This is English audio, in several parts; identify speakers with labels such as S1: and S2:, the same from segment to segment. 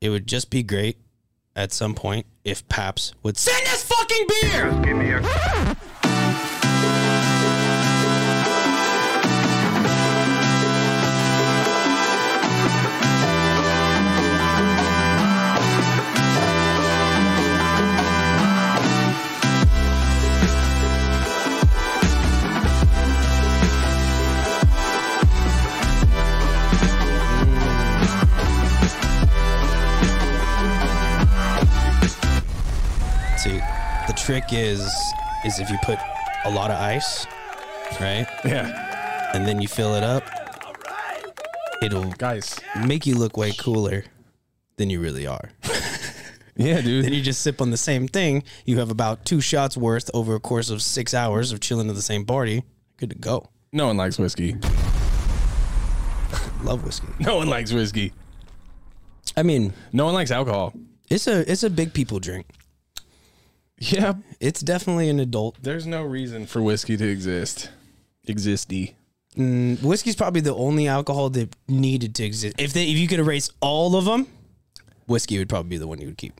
S1: it would just be great at some point if Paps would send us fucking beer.
S2: Give me a
S1: See, the trick is is if you put a lot of ice, right,
S3: Yeah,
S1: and then you fill it up, it'll
S3: guys.
S1: make you look way cooler than you really are.
S3: Yeah, dude.
S1: then you just sip on the same thing. You have about two shots worth over a course of six hours of chilling at the same party. Good to go.
S3: No one likes whiskey.
S1: Love whiskey.
S3: No one likes whiskey.
S1: I mean,
S3: No one likes alcohol.
S1: it's a it's a big people drink.
S3: Yeah,
S1: It's definitely an adult.
S3: there's no reason for whiskey to exist. Existy.
S1: Whiskey's probably the only alcohol that needed to exist. If they if you could erase all of them, whiskey would probably be the one you would keep.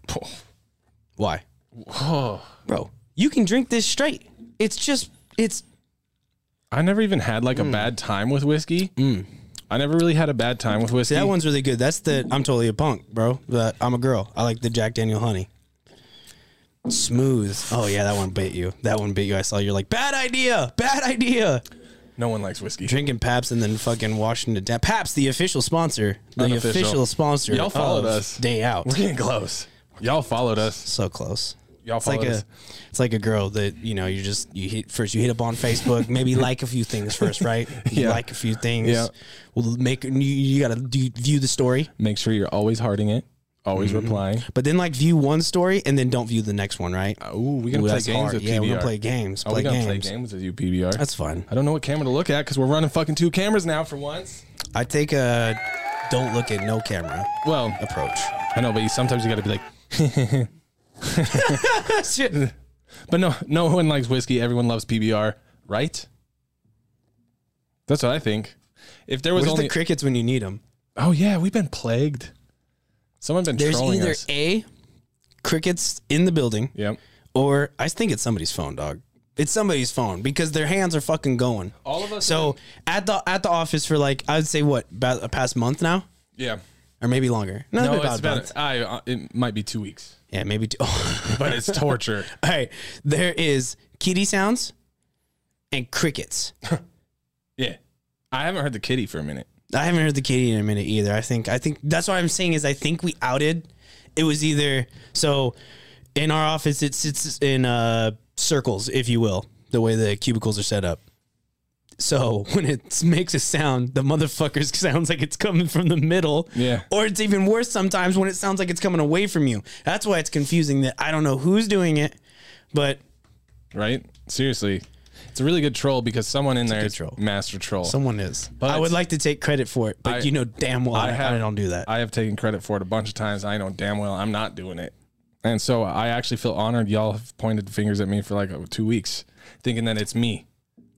S1: Why?
S3: Oh.
S1: Bro, you can drink this straight. It's just it's
S3: I never even had like a bad time with whiskey. I never really had a bad time with whiskey.
S1: that one's really good. That's the I'm totally a punk, bro. But I'm a girl. I like the Jack Daniel honey. Smooth. Oh yeah, that one bit you. That one bit you. I saw you're like, bad idea, bad idea.
S3: no one likes whiskey.
S1: Drinking Paps and then fucking Washington down. Paps, the official sponsor. The
S3: Unofficial.
S1: official sponsor.
S3: Y'all followed
S1: of
S3: us.
S1: Day out.
S3: We're getting close. Y'all followed us.
S1: so close.
S3: Y'all
S1: It's like
S3: followed us.
S1: a, it's like a girl that you know. You just you hit first. You hit up on Facebook. Maybe like a few things first, right? You
S3: Yeah.
S1: like a few things.
S3: Yeah.
S1: Well, make you, you gotta do, view the story,
S3: Make sure you're always hearting it. Always replying.
S1: but then like view one story and then don't view the next one, right?
S3: Ooh, Uh, we gonna
S1: Ooh,
S3: play
S1: that's
S3: games
S1: hard.
S3: with PBR.
S1: Yeah, we're gonna play games. play
S3: Are Oh, we gonna
S1: games.
S3: play games Uh, with you, PBR?
S1: That's fun.
S3: I don't know what camera to look at because we're running fucking two cameras now for once.
S1: I take a don't look at no camera
S3: Well,
S1: approach.
S3: I know, but you, sometimes you gotta be like, but no, no one likes whiskey. Everyone loves PBR, right? That's what I think. If there was
S1: Where's
S3: only,
S1: the crickets when you need them?
S3: oh yeah, we've been plagued. Someone's been
S1: There's
S3: trolling
S1: either
S3: us.
S1: a crickets in the building,
S3: Yep.
S1: or I think it's somebody's phone, dog. It's somebody's phone because their hands are fucking going.
S3: All of us
S1: So at the at the office for like I would say what about a past month now
S3: Yeah.
S1: or maybe longer. No,
S3: No,
S1: about
S3: it's
S1: a
S3: been.
S1: month.
S3: I. Uh, it might be two weeks,
S1: Yeah, maybe two.
S3: but it's torture.
S1: All right, there is kitty sounds and crickets.
S3: yeah. I haven't heard the kitty for a minute.
S1: I haven't heard the kitty in a minute either. I think I think that's what I'm saying is I think we outed. It was either so in our office it sits in uh, circles, if you will, the way the cubicles are set up. So when it makes a sound, the motherfucker sounds like it's coming from the middle.
S3: Yeah.
S1: Or it's even worse sometimes when it sounds like it's coming away from you. That's why it's confusing that I don't know who's doing it, but
S3: right? Seriously, it's a really good troll because someone in there
S1: good
S3: is
S1: troll.
S3: master troll.
S1: someone is.
S3: But-
S1: I would like to take credit for it, but
S3: I-
S1: you know damn well I, I
S3: have-
S1: don't do that.
S3: I have taken credit for it a bunch of times. I know damn well I'm not doing it, and so I actually feel honored. Y'all have pointed fingers at me for like oh, two weeks, thinking that it's me.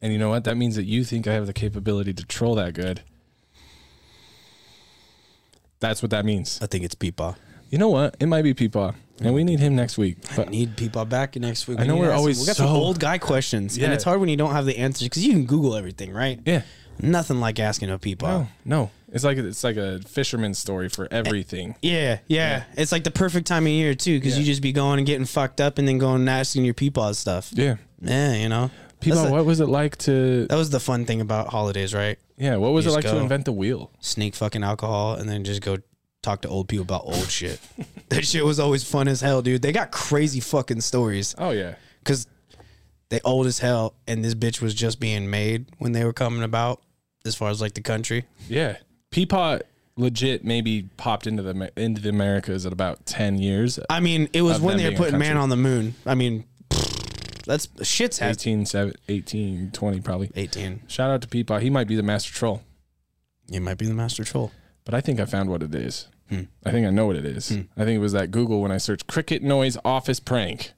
S3: And you know what? That means that you think I have the capability to troll that good. That's what that means.
S1: I think it's Peepaw.
S3: You know what? It might be Peepaw, and we need him next week. But
S1: need people back next week.
S3: I know
S1: need
S3: we're
S1: to ask-
S3: always
S1: we got some
S3: so-
S1: old guy questions, and
S3: Yeah.
S1: it's hard when you don't have the answers because you can Google everything, right?
S3: yeah,
S1: Nothing like asking a people.
S3: no, no, it's like it's like a fisherman's story for everything.
S1: Yeah, yeah, It's like the perfect time of year too, because you
S3: Yeah.
S1: just be going and getting fucked up, and then going and asking your peepaw stuff.
S3: Yeah,
S1: Yeah, you know. That's
S3: Peepaw,
S1: the-
S3: what was it like to
S1: that was the fun thing about holidays, right?
S3: Yeah, what was
S1: You
S3: it
S1: just
S3: like
S1: go.
S3: to invent the wheel?
S1: Sneak fucking alcohol, and then just go talk to old people about old shit. That shit was always fun as hell, dude. They got crazy fucking stories.
S3: Oh yeah.
S1: because they old as hell, and this bitch was just being made when they were coming about, as far as like the country.
S3: Yeah. Peepaw legit maybe popped into the into the Americas at about 10 years.
S1: I mean, it was
S3: Of
S1: when
S3: them
S1: they were
S3: being a
S1: putting man
S3: country.
S1: on the moon. I mean, that's shit's happened.
S3: 18, seven- 18, 20 probably.
S1: Eighteen,
S3: Shout out to Peepaw. He might be the master troll,
S1: you might be the master troll.
S3: but I think I found what it is.
S1: Hmm.
S3: I think I know what it is. I think it was that Google when I searched cricket noise office prank.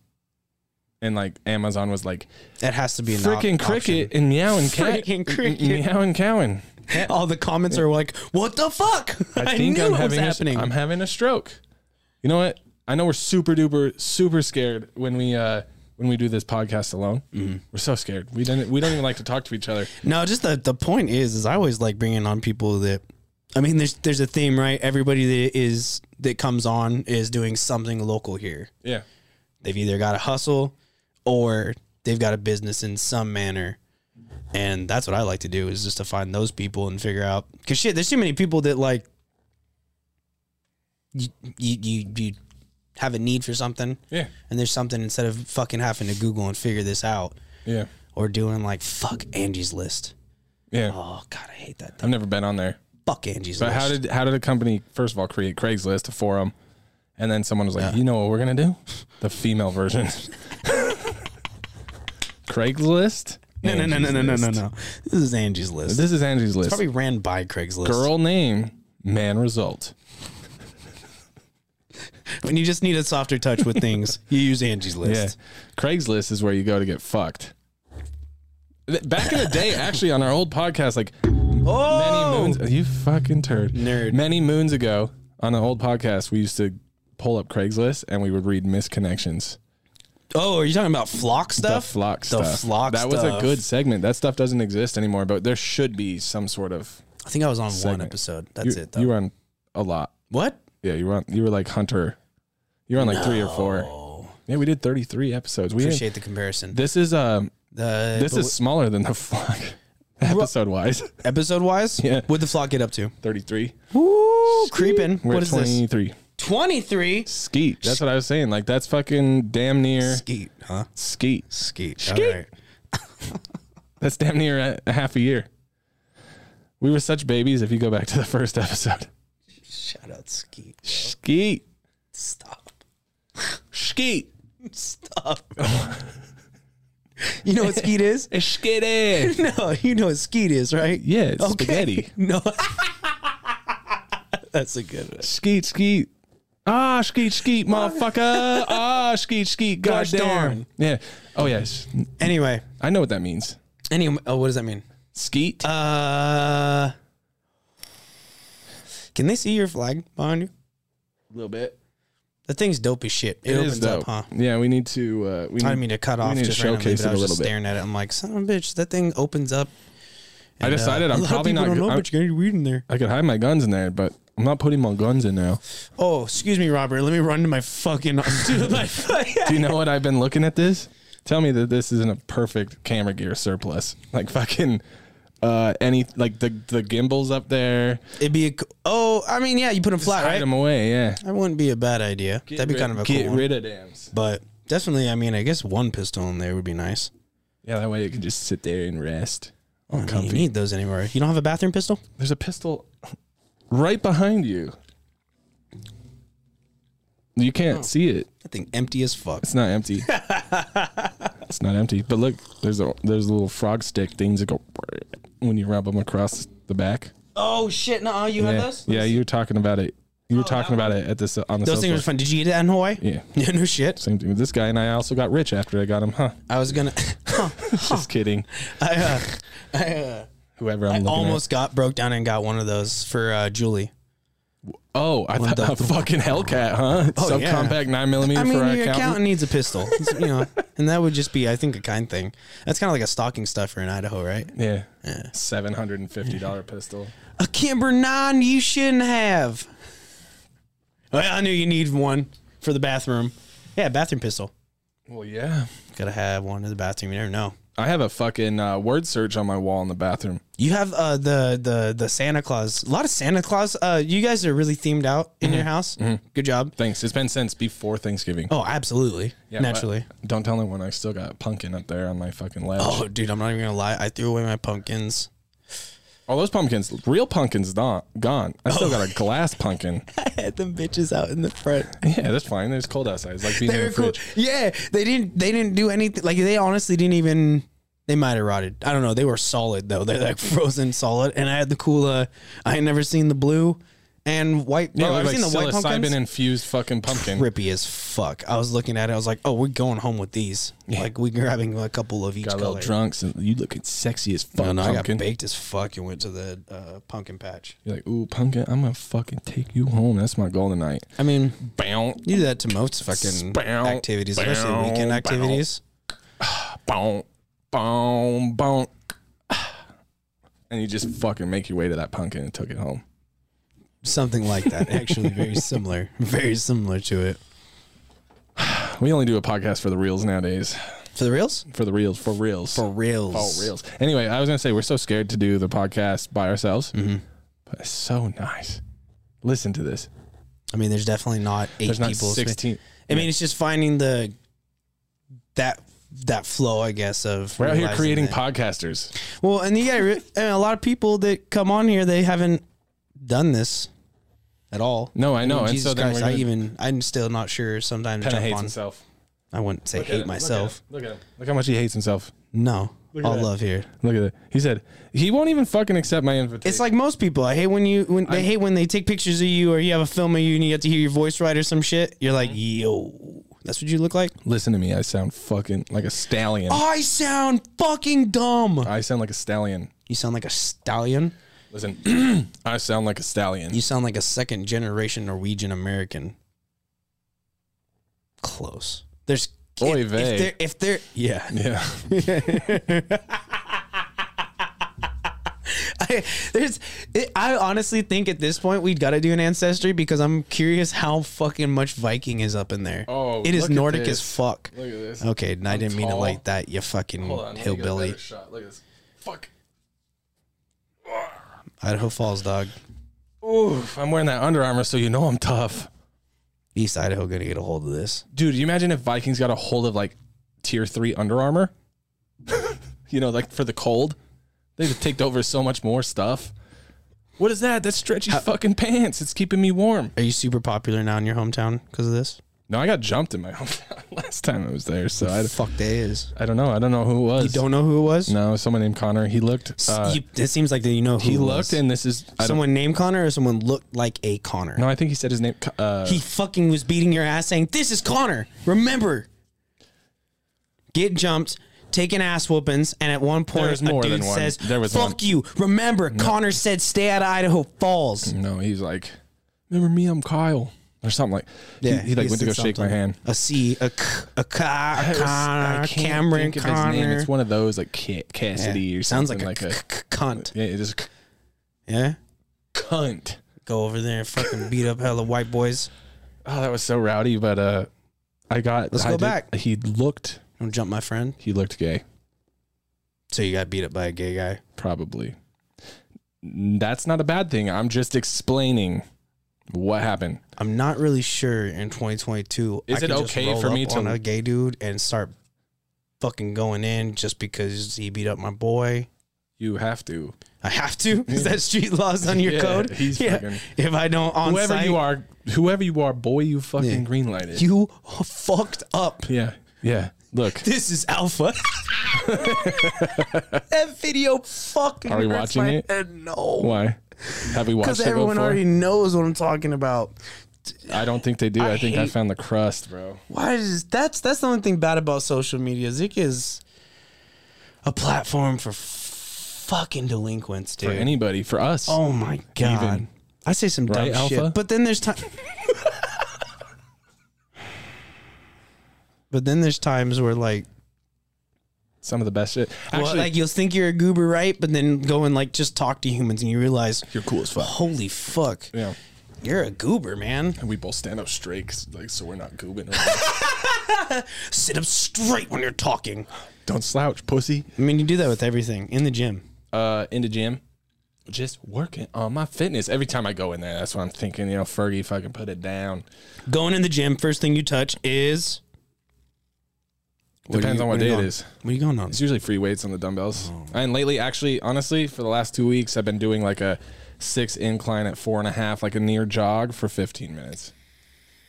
S3: And like Amazon was like
S1: That has to be an op-
S3: freaking cricket and meowing cat.
S1: Frickin' cricket.
S3: Meowing cowing.
S1: option. All the comments are like, "What the fuck?" I,
S3: think
S1: knew
S3: I'm
S1: it was
S3: having a,
S1: happening.
S3: I'm having a stroke. You know what? I know we're super duper super scared when we uh when we do this podcast alone.
S1: Mm-hmm.
S3: We're so scared. We don't we don't even like to talk to each other.
S1: No, just the the point is, is I always like bringing on people that, I mean, there's there's a theme, right? Everybody that is that comes on is doing something local here.
S3: Yeah.
S1: They've either got a hustle, or they've got a business in some manner, and that's what I like to do is just to find those people and figure out. Cause shit, there's too many people that like, you you you, you have a need for something,
S3: Yeah.
S1: and there's something instead of fucking having to Google and figure this out,
S3: Yeah.
S1: or doing like fuck Angie's list.
S3: Yeah.
S1: Oh god, I hate that.
S3: I've never been on there.
S1: Fuck Angie's
S3: But
S1: List.
S3: how did how did a company first of all create Craigslist a forum, and then someone was like, you know what we're gonna do, the female version, Craigslist.
S1: no, no, no, no, no, no,
S3: Angie's
S1: no,
S3: List.
S1: no. This is Angie's List.
S3: This is Angie's list.
S1: Probably ran by Craigslist.
S3: Girl name, man result.
S1: When you just need a softer touch with things, you use Angie's
S3: Yeah.
S1: List.
S3: Craigslist is where you go to get fucked. Th- Back in the day, actually, on our old podcast, like many
S1: Oh,
S3: moons, you fucking turd,
S1: Nerd.
S3: Many moons ago, on an old podcast, we used to pull up Craigslist and we would read misconnections.
S1: oh, are you talking about flock
S3: The
S1: stuff?
S3: flock
S1: The
S3: stuff.
S1: flock
S3: That was a
S1: stuff.
S3: good segment. That stuff doesn't exist anymore, but there should be some sort of.
S1: I think I was on
S3: Segment.
S1: one episode. That's
S3: you,
S1: it though.
S3: You were on a lot.
S1: what?
S3: Yeah, you were on, you were like Hunter. You were on like three or four.
S1: Oh,
S3: Yeah, we did thirty three episodes. We didn't-
S1: appreciate the comparison.
S3: this is um
S1: The
S3: this is smaller than the flock episode wise.
S1: episode wise.
S3: Yeah.
S1: What'd the flock get up to?
S3: Thirty three.
S1: Ooh, creeping.
S3: We're
S1: What is this?
S3: twenty three.
S1: Twenty three.
S3: Skeet. That's what I was saying. Like that's fucking damn near
S1: Skeet, huh?
S3: skeet.
S1: Skeet. All
S3: Skeet.
S1: right.
S3: That's damn near a, a half a year. We were such babies. If you go back to the first episode,
S1: Shout out Skeet.
S3: skeet,
S1: Stop.
S3: skeet,
S1: Stop. you know what skeet is?
S3: It's skitty.
S1: No, you know what skeet is, right?
S3: Yeah, it's spaghetti.
S1: No. That's a good one.
S3: Skeet, skeet. Ah, skeet, skeet, motherfucker. ah, skeet, skeet.
S1: Gosh
S3: goddamn.
S1: darn.
S3: Yeah. Oh yes,
S1: Anyway,
S3: I know what that means.
S1: anyway, oh, what does that mean?
S3: Skeet.
S1: Uh, can they see your flag behind you?
S3: A little bit.
S1: That thing's dope as shit. It,
S3: It
S1: opens
S3: is though.
S1: up, huh?
S3: Yeah, we need to. Uh, we need,
S1: I didn't mean to cut
S3: we
S1: off
S3: need to
S1: just randomly,
S3: showcase
S1: but I
S3: it
S1: was
S3: a
S1: just
S3: little bit.
S1: staring at it. I'm like, son of a bitch, that thing opens up.
S3: I
S1: and, uh,
S3: decided
S1: a
S3: I'm
S1: lot of
S3: probably
S1: people
S3: not.
S1: don't
S3: go-
S1: know,
S3: I'm-
S1: but you're gonna weed in there.
S3: I could hide my guns in there, but I'm not putting my guns in now.
S1: Oh, excuse me, Robert. Let me run to my fucking. to my,
S3: Do you know what I've been looking at this? Tell me that this isn't a perfect camera gear surplus. Like fucking uh any like the the gimbals up there.
S1: It'd be a. co- Oh, I mean, yeah, you put them flat,
S3: Hide
S1: right?
S3: them away, yeah.
S1: That wouldn't be a bad idea. That'd be kind of a
S3: Get
S1: cool one.
S3: rid of dams.
S1: But definitely, I mean, I guess one pistol in there would be nice.
S3: Yeah, that way you can just sit there and rest.
S1: I mean, Oh, you
S3: Oh, comfy.
S1: need those anywhere. You don't have a bathroom pistol?
S3: There's a pistol right behind you. You
S1: Oh.
S3: can't see it.
S1: That thing empty as fuck.
S3: It's not empty. it's not empty. But look, there's a there's little frog stick things that go when you rub them across the back.
S1: Oh shit! No, you
S3: yeah, yeah. You were talking about it. You were talking about it at this on the
S1: Oh, Those
S3: sales
S1: things were
S3: floor.
S1: fun. Did you eat that in Hawaii?
S3: Yeah,
S1: Yeah, no shit.
S3: same thing with this guy, and I also got rich after I got him. Huh?
S1: I was gonna.
S3: Just kidding.
S1: I, uh, I, uh,
S3: Whoever I'm
S1: I
S3: looking
S1: almost got broke down and got one of those for uh, Julie.
S3: at. Oh, I thought a fucking Hellcat, huh?
S1: Oh, yeah.
S3: Subcompact nine millimeter
S1: I mean,
S3: for uh,
S1: your
S3: our
S1: accountant.
S3: accountant.
S1: needs a pistol, It's, you know, and that would just be, I think, a kind thing. That's kind of like a stocking stuffer in Idaho, right?
S3: Yeah, seven hundred and fifty dollar pistol.
S1: A Kimber nine you shouldn't have. Well, Oh, I knew you need one for the bathroom. Yeah, bathroom pistol.
S3: Well, yeah.
S1: Gotta have one in the bathroom. You never know.
S3: I have a fucking uh, word search on my wall in the bathroom.
S1: You have uh, the the the Santa Claus. A lot of Santa Claus. Uh, you guys are really themed out in
S3: Mm-hmm.
S1: your house. Good job.
S3: Thanks. It's been since before Thanksgiving.
S1: Oh, absolutely.
S3: Yeah,
S1: Naturally.
S3: but Don't tell anyone. I still got pumpkin up there on my fucking ledge.
S1: Oh, dude, I'm not even gonna lie. I threw away my pumpkins.
S3: All those pumpkins, real pumpkins, gone. Gone. I still
S1: Oh.
S3: got a glass pumpkin.
S1: I had them bitches out in the front.
S3: Yeah, that's fine. It's cold outside. It's like being
S1: They
S3: in
S1: were
S3: the
S1: cool.
S3: fridge.
S1: Yeah, they didn't. They didn't do anything. Like they honestly didn't even. They might have rotted. I don't know. They were solid though. They're like frozen solid. And I had the cool. Uh, I had never seen the blue, and white.
S3: Yeah,
S1: bro,
S3: like,
S1: I've
S3: like
S1: seen the white pumpkins.
S3: psilocybin infused fucking pumpkin.
S1: Rippy as fuck. I was looking at it. I was like, "Oh, we're going home with these. Like, we grabbing a couple of each
S3: Got a little
S1: color."
S3: drunks and you looking sexy as fuck.
S1: No, no, I got
S3: pumpkin.
S1: baked as fuck and went to the uh, pumpkin patch.
S3: You're like, ooh, pumpkin, I'm gonna fucking take you home. That's my goal tonight.
S1: I mean,
S3: Bounce,
S1: you do that to most fucking
S3: Bow,
S1: activities, especially
S3: bow,
S1: weekend
S3: bow.
S1: activities.
S3: bounce, bounce, bounce. And you just fucking make your way to that pumpkin and took it home.
S1: Something like that. Actually, very similar. Very similar to it.
S3: We only do a podcast for the reels nowadays.
S1: For the reals?
S3: For the reels, for reels.
S1: For reals.
S3: Oh, reels. Anyway, I was gonna say we're so scared to do the podcast by ourselves,
S1: Mm-hmm.
S3: but it's so nice. Listen to this.
S1: I mean, there's definitely not eight
S3: There's not
S1: people.
S3: sixteen.
S1: I mean, it's just finding the that that flow, I guess. Of
S3: We're out here
S1: realizing
S3: creating
S1: that-
S3: podcasters.
S1: Well, and you got re- and a lot of people that come on here, they haven't done this at all.
S3: No, I know.
S1: mean,
S3: and
S1: Jesus
S3: so then
S1: Christ,
S3: we're
S1: I even I'm still not sure sometimes to
S3: kind
S1: jump
S3: of hates
S1: on.
S3: himself.
S1: I wouldn't say
S3: Look at
S1: hate
S3: him,
S1: myself.
S3: Look at, him, look at him. Look how much he hates himself.
S1: No,
S3: Look at
S1: all
S3: that.
S1: love here.
S3: Look at that. He said he won't even fucking accept my invitation.
S1: It's like most people. I hate when you when they
S3: I'm-
S1: hate when they take pictures of you or you have a film of you and you get to hear your voice right or some shit. You're like, yo, that's what you look like.
S3: listen to me. I sound fucking like a stallion.
S1: I sound fucking dumb.
S3: I sound like a stallion.
S1: You sound like a stallion.
S3: Listen, I sound like a stallion.
S1: You sound like a second generation Norwegian American. Close. There's
S3: Oy
S1: if,
S3: vey.
S1: if they're if they're yeah.
S3: Yeah.
S1: I, there's it, I honestly think at this point we've got to do an ancestry because I'm curious how fucking much Viking is up in there.
S3: Oh,
S1: it is
S3: look at
S1: Nordic
S3: this.
S1: as fuck.
S3: Look at this.
S1: Okay, and I
S3: I'm
S1: didn't mean it
S3: tall.
S1: like that. You fucking hillbilly,
S3: shot. Look at this. Fuck.
S1: Idaho Falls dog.
S3: Oof. I'm wearing that Under Armour, so you know I'm tough.
S1: East Idaho gonna get a hold of this.
S3: Dude, you imagine if Vikings got a hold of like tier three Under Armour? you know, like for the cold, they'd have taken over so much more stuff. What is that? That's stretchy fucking pants. It's keeping me warm.
S1: Are you super popular now in your hometown because of this?
S3: No, I got jumped in my hometown last time I was there, so I,
S1: Fuck, they is.
S3: I don't know. I don't know who it was.
S1: You don't know who it was?
S3: No, someone named Connor. He looked. Uh,
S1: you, it seems like that you know who
S3: he
S1: it
S3: looked,
S1: was.
S3: and this is. I don't,
S1: someone named Connor or someone looked like a Connor.
S3: no, I think he said his name. Co- Uh,
S1: He fucking was beating your ass saying, This is Connor. Remember. Get jumped, taking ass whoopings, and at one point
S3: was
S1: a
S3: more
S1: dude
S3: than one.
S1: says,
S3: There was
S1: Fuck
S3: one.
S1: you. Remember, Connor said stay out of Idaho Falls.
S3: no, he's like, remember me? I'm Kyle, or something like. Yeah, he, like went to
S1: said
S3: go shake my
S1: something.
S3: hand.
S1: A C, a K, a Ka, a
S3: I was- uh,
S1: Connor,
S3: I can't
S1: Cameron,
S3: think of his name.
S1: Connor.
S3: It's one of those like Ca- Cassidy
S1: Yeah.
S3: or
S1: Sounds
S3: something
S1: like a,
S3: like,
S1: c- c- cunt.
S3: a yeah, it is c-
S1: Yeah?
S3: cunt.
S1: Go over there and fucking beat up hella white boys.
S3: Oh, that was so rowdy, but uh, I got.
S1: Let's
S3: I
S1: go back.
S3: He looked.
S1: Don't jump my friend.
S3: He looked gay,
S1: So you got beat up by a gay guy.
S3: probably. That's not a bad thing. I'm just explaining what happened.
S1: I'm not really sure in 2022.
S3: Is it
S1: just
S3: okay
S1: roll
S3: for me
S1: up
S3: to-
S1: on a gay dude and start fucking going in just because he beat up my boy?
S3: You have to.
S1: I have to. Is that street laws on your
S3: Yeah,
S1: code?
S3: he's fucking-
S1: If I don't on
S3: whoever
S1: site,
S3: you are, whoever you are, boy, you fucking
S1: Yeah.
S3: greenlighted.
S1: you fucked up.
S3: yeah, yeah. Look,
S1: This is alpha. that video fucking.
S3: Are we
S1: hurts
S3: watching
S1: my
S3: it?
S1: head. No,
S3: why? Have we watched
S1: because
S3: it before?
S1: everyone already knows what I'm talking about.
S3: I don't think they do. I, think I
S1: hate-
S3: found the crust, bro.
S1: Why is that's that's the only thing bad about social media is it is a platform for f- fucking delinquents, dude.
S3: For anybody, for us.
S1: oh my god,
S3: Even.
S1: I say some dumb
S3: Right, Alpha?
S1: shit, but then there's time. but then there's times where like,
S3: Some of the best shit. Actually,
S1: well, like you'll think you're a goober, right? But then go and like just talk to humans, and you realize
S3: you're cool as fuck.
S1: Holy fuck.
S3: Yeah,
S1: You're a goober, man.
S3: and we both stand up straight, 'cause, like so we're not goobing.
S1: Sit up straight when you're talking.
S3: don't slouch, pussy.
S1: I mean, you do that with everything in the gym.
S3: Uh, in the gym, just working on my fitness. Every time I go in there, that's what I'm thinking. You know, Fergie, fucking put it down.
S1: Going in the gym, first thing you touch is
S3: Depends
S1: you-
S3: on Oh what
S1: are you
S3: day it
S1: going-
S3: is.
S1: What are you going on?
S3: It's usually free weights on the dumbbells. And lately, actually, honestly, for the last two weeks, I've been doing like a six incline at four and a half, like a near jog for 15 minutes.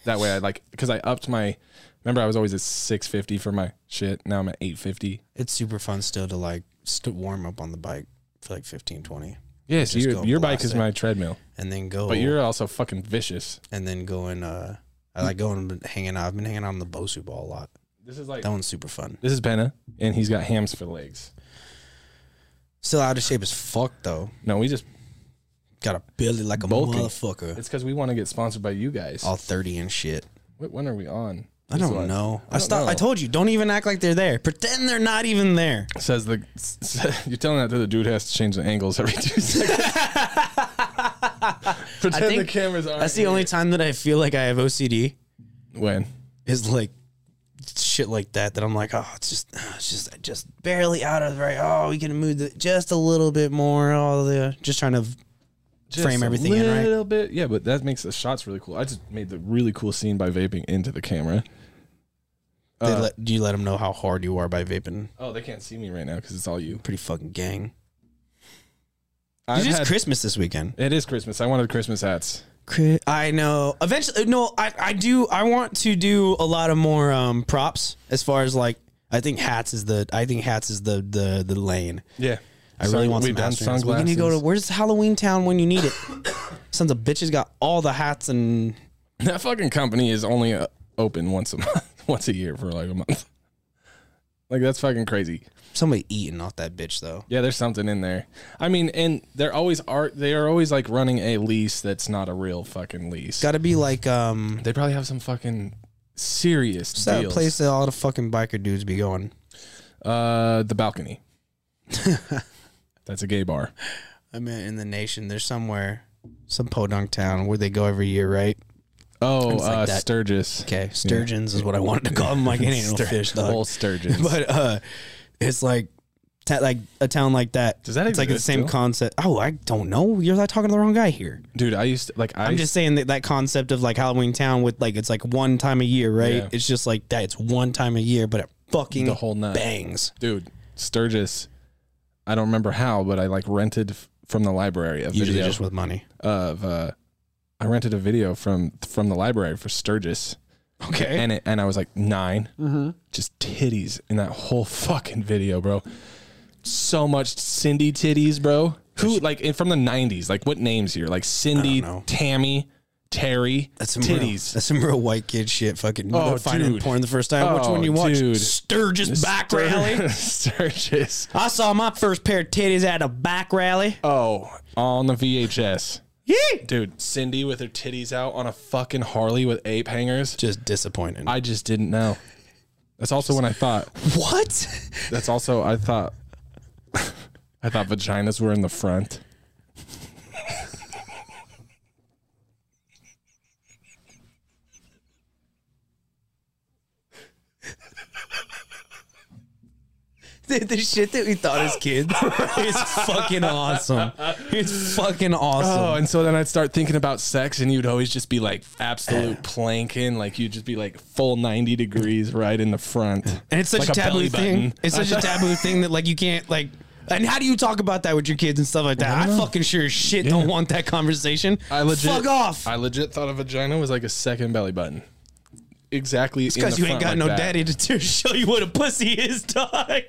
S3: That way, I like, because I upped my, remember, I was always at 650 for my shit. Now I'm at 850.
S1: It's super fun still to like st- warm up on the bike for like 15, 20.
S3: Yes,
S1: Just
S3: your
S1: go
S3: your bike
S1: blast
S3: is
S1: it.
S3: my treadmill,
S1: and then go
S3: but you're also fucking vicious.
S1: and then going uh I like going and hanging out. I've been hanging out on the Bosu ball a lot.
S3: This is like
S1: That one's super fun.
S3: this is Benna, and he's got hams for legs.
S1: Still out of shape as fuck though.
S3: No, we just
S1: Got a belly like a
S3: Bulky.
S1: motherfucker.
S3: it's because we want to get sponsored by you guys.
S1: All thirty and shit.
S3: What when are we on?
S1: I
S3: This
S1: don't
S3: one.
S1: know. I,
S3: don't
S1: stopped. I
S3: know.
S1: told you, don't even act like they're there. Pretend they're not even there.
S3: Says the you're telling that to the dude who has to change the angles every two seconds. Pretend
S1: think-
S3: the cameras aren't.
S1: That's the
S3: here.
S1: only time that I feel like I have OCD
S3: when
S1: is like shit like that. That I'm like, oh, it's just, it's just, just barely out of the right. Oh, we can move the, just a little bit more. All the just trying to frame everything
S3: a
S1: in right.
S3: little bit. Yeah, but that makes the shots really cool. I just made the really cool scene by vaping into the camera.
S1: They
S3: Uh,
S1: let, do you let them know how hard you are by vaping?
S3: Oh, they can't see me right now because it's all you.
S1: Pretty fucking gang.
S3: I've
S1: It's
S3: had-
S1: Christmas this weekend.
S3: it is Christmas. I wanted Christmas hats.
S1: Chris, I know. Eventually, no, I, I do. I want to do a lot of more um, props as far as like. I think hats is the. I think hats is the the the lane.
S3: Yeah,
S1: I really want some
S3: we've done
S1: hats. right now. We
S3: sunglasses.
S1: need to go to where's Halloween Town when you need it. Sons of bitches got all the hats and
S3: that fucking company is only uh, open once a month, once a year for like a month. Like that's fucking crazy.
S1: somebody eating off that bitch though.
S3: Yeah, there's something in there. I mean, and they're always are they are always like running a lease that's not a real fucking lease.
S1: Got to be like um.
S3: they probably have some fucking serious
S1: What's that
S3: deals.
S1: place that all the fucking biker dudes be going?
S3: Uh, the balcony. that's a gay bar.
S1: I mean, in the nation, there's somewhere, some podunk town where they go every year, right?
S3: Oh,
S1: It's like
S3: uh,
S1: that.
S3: Sturgis.
S1: Okay, sturgeons is what I wanted to call them. Like it ain't no
S3: Stur-
S1: fish, dog.
S3: Old Sturgis.
S1: but uh it's like ta- like a town like that.
S3: Does that
S1: It's like the
S3: exist
S1: same
S3: still?
S1: concept. Oh, I don't know. You're not talking to the wrong guy here.
S3: Dude, I used to like I
S1: I'm just saying that that concept of like Halloween town with like it's like one time a year, right?
S3: Yeah.
S1: It's just like that. It's one time a year, but it fucking
S3: the whole nut.
S1: bangs.
S3: Dude, Sturgis. I don't remember how, but I like rented f- from the library a
S1: Usually
S3: video
S1: just with money.
S3: of uh I rented a video from from the library for Sturgis.
S1: Okay.
S3: and it, and I was like 9 just titties in that whole fucking video, bro. So much Cindy titties, bro. Who like in, from the '90s? Like what names here? Like Cindy,
S1: know.
S3: Tammy, Terry.
S1: that's some Real,
S3: titties.
S1: that's some real white kid shit. Fucking
S3: Oh,
S1: finding
S3: dude.
S1: porn the first time. Which
S3: Oh,
S1: one you watch?
S3: dude.
S1: Sturgis back rally.
S3: Sturgis.
S1: I saw my first pair of titties at a back rally.
S3: Oh, on the VHS,
S1: Yee!
S3: dude. Cindy with her titties out on a fucking Harley with ape hangers.
S1: Just disappointed.
S3: I just didn't know. That's also when I thought.
S1: what?
S3: That's also I thought. I thought vaginas were in the front.
S1: the, the shit that we thought as kids is fucking awesome. It's fucking awesome.
S3: Oh, and so then I'd start thinking about sex, and you'd always just be like absolute planking, like you'd just be like full ninety degrees right in the front.
S1: and it's such
S3: Like
S1: a taboo
S3: belly
S1: thing.
S3: button.
S1: It's such a taboo thing that like you can't like. And how do you talk about that with your kids and stuff like that? I, fucking sure as shit don't want that conversation.
S3: I legit
S1: fuck off
S3: I legit thought a vagina was like a second belly button. Exactly,
S1: because you ain't got no daddy to, to show you what a pussy is, dog.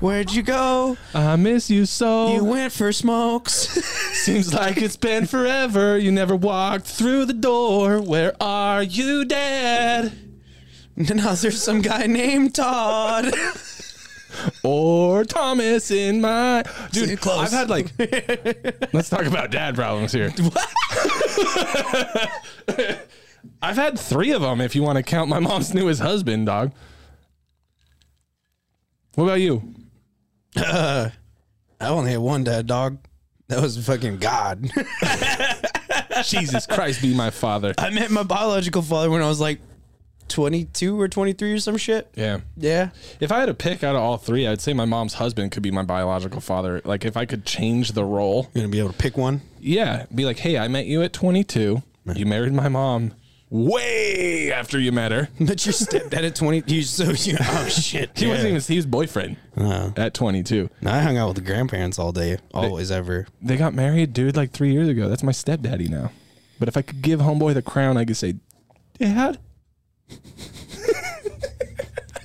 S1: Where'd you go?
S3: I miss you so.
S1: You went for smokes.
S3: Seems like it's been forever. You never walked through the door. Where are you, Dad?
S1: now there's some guy named Todd.
S3: Or Thomas in my
S1: See,
S3: dude.
S1: close.
S3: I've had like. let's talk about dad problems here. I've had three of them. If you want to count my mom's newest husband, dog. What about you?
S1: I only had one dad, dog. That was fucking God.
S3: Jesus Christ, be my father.
S1: I met my biological father when I was like 22 or 23 or some shit.
S3: Yeah.
S1: Yeah.
S3: If I had to pick out of all three, I'd say my mom's husband could be my biological father. Like if I could change the role.
S1: You're going to be able to pick one?
S3: Yeah, be like, hey, I met you at 22. You married my mom way after you met her.
S1: But your stepdad at 20. You, so, you, oh, shit.
S3: He wasn't even he was boyfriend at 22.
S1: No, I hung out with the grandparents all day, always, ever.
S3: They got married, dude, like three years ago. That's my stepdaddy now. But if I could give homeboy the crown, I could say, Dad,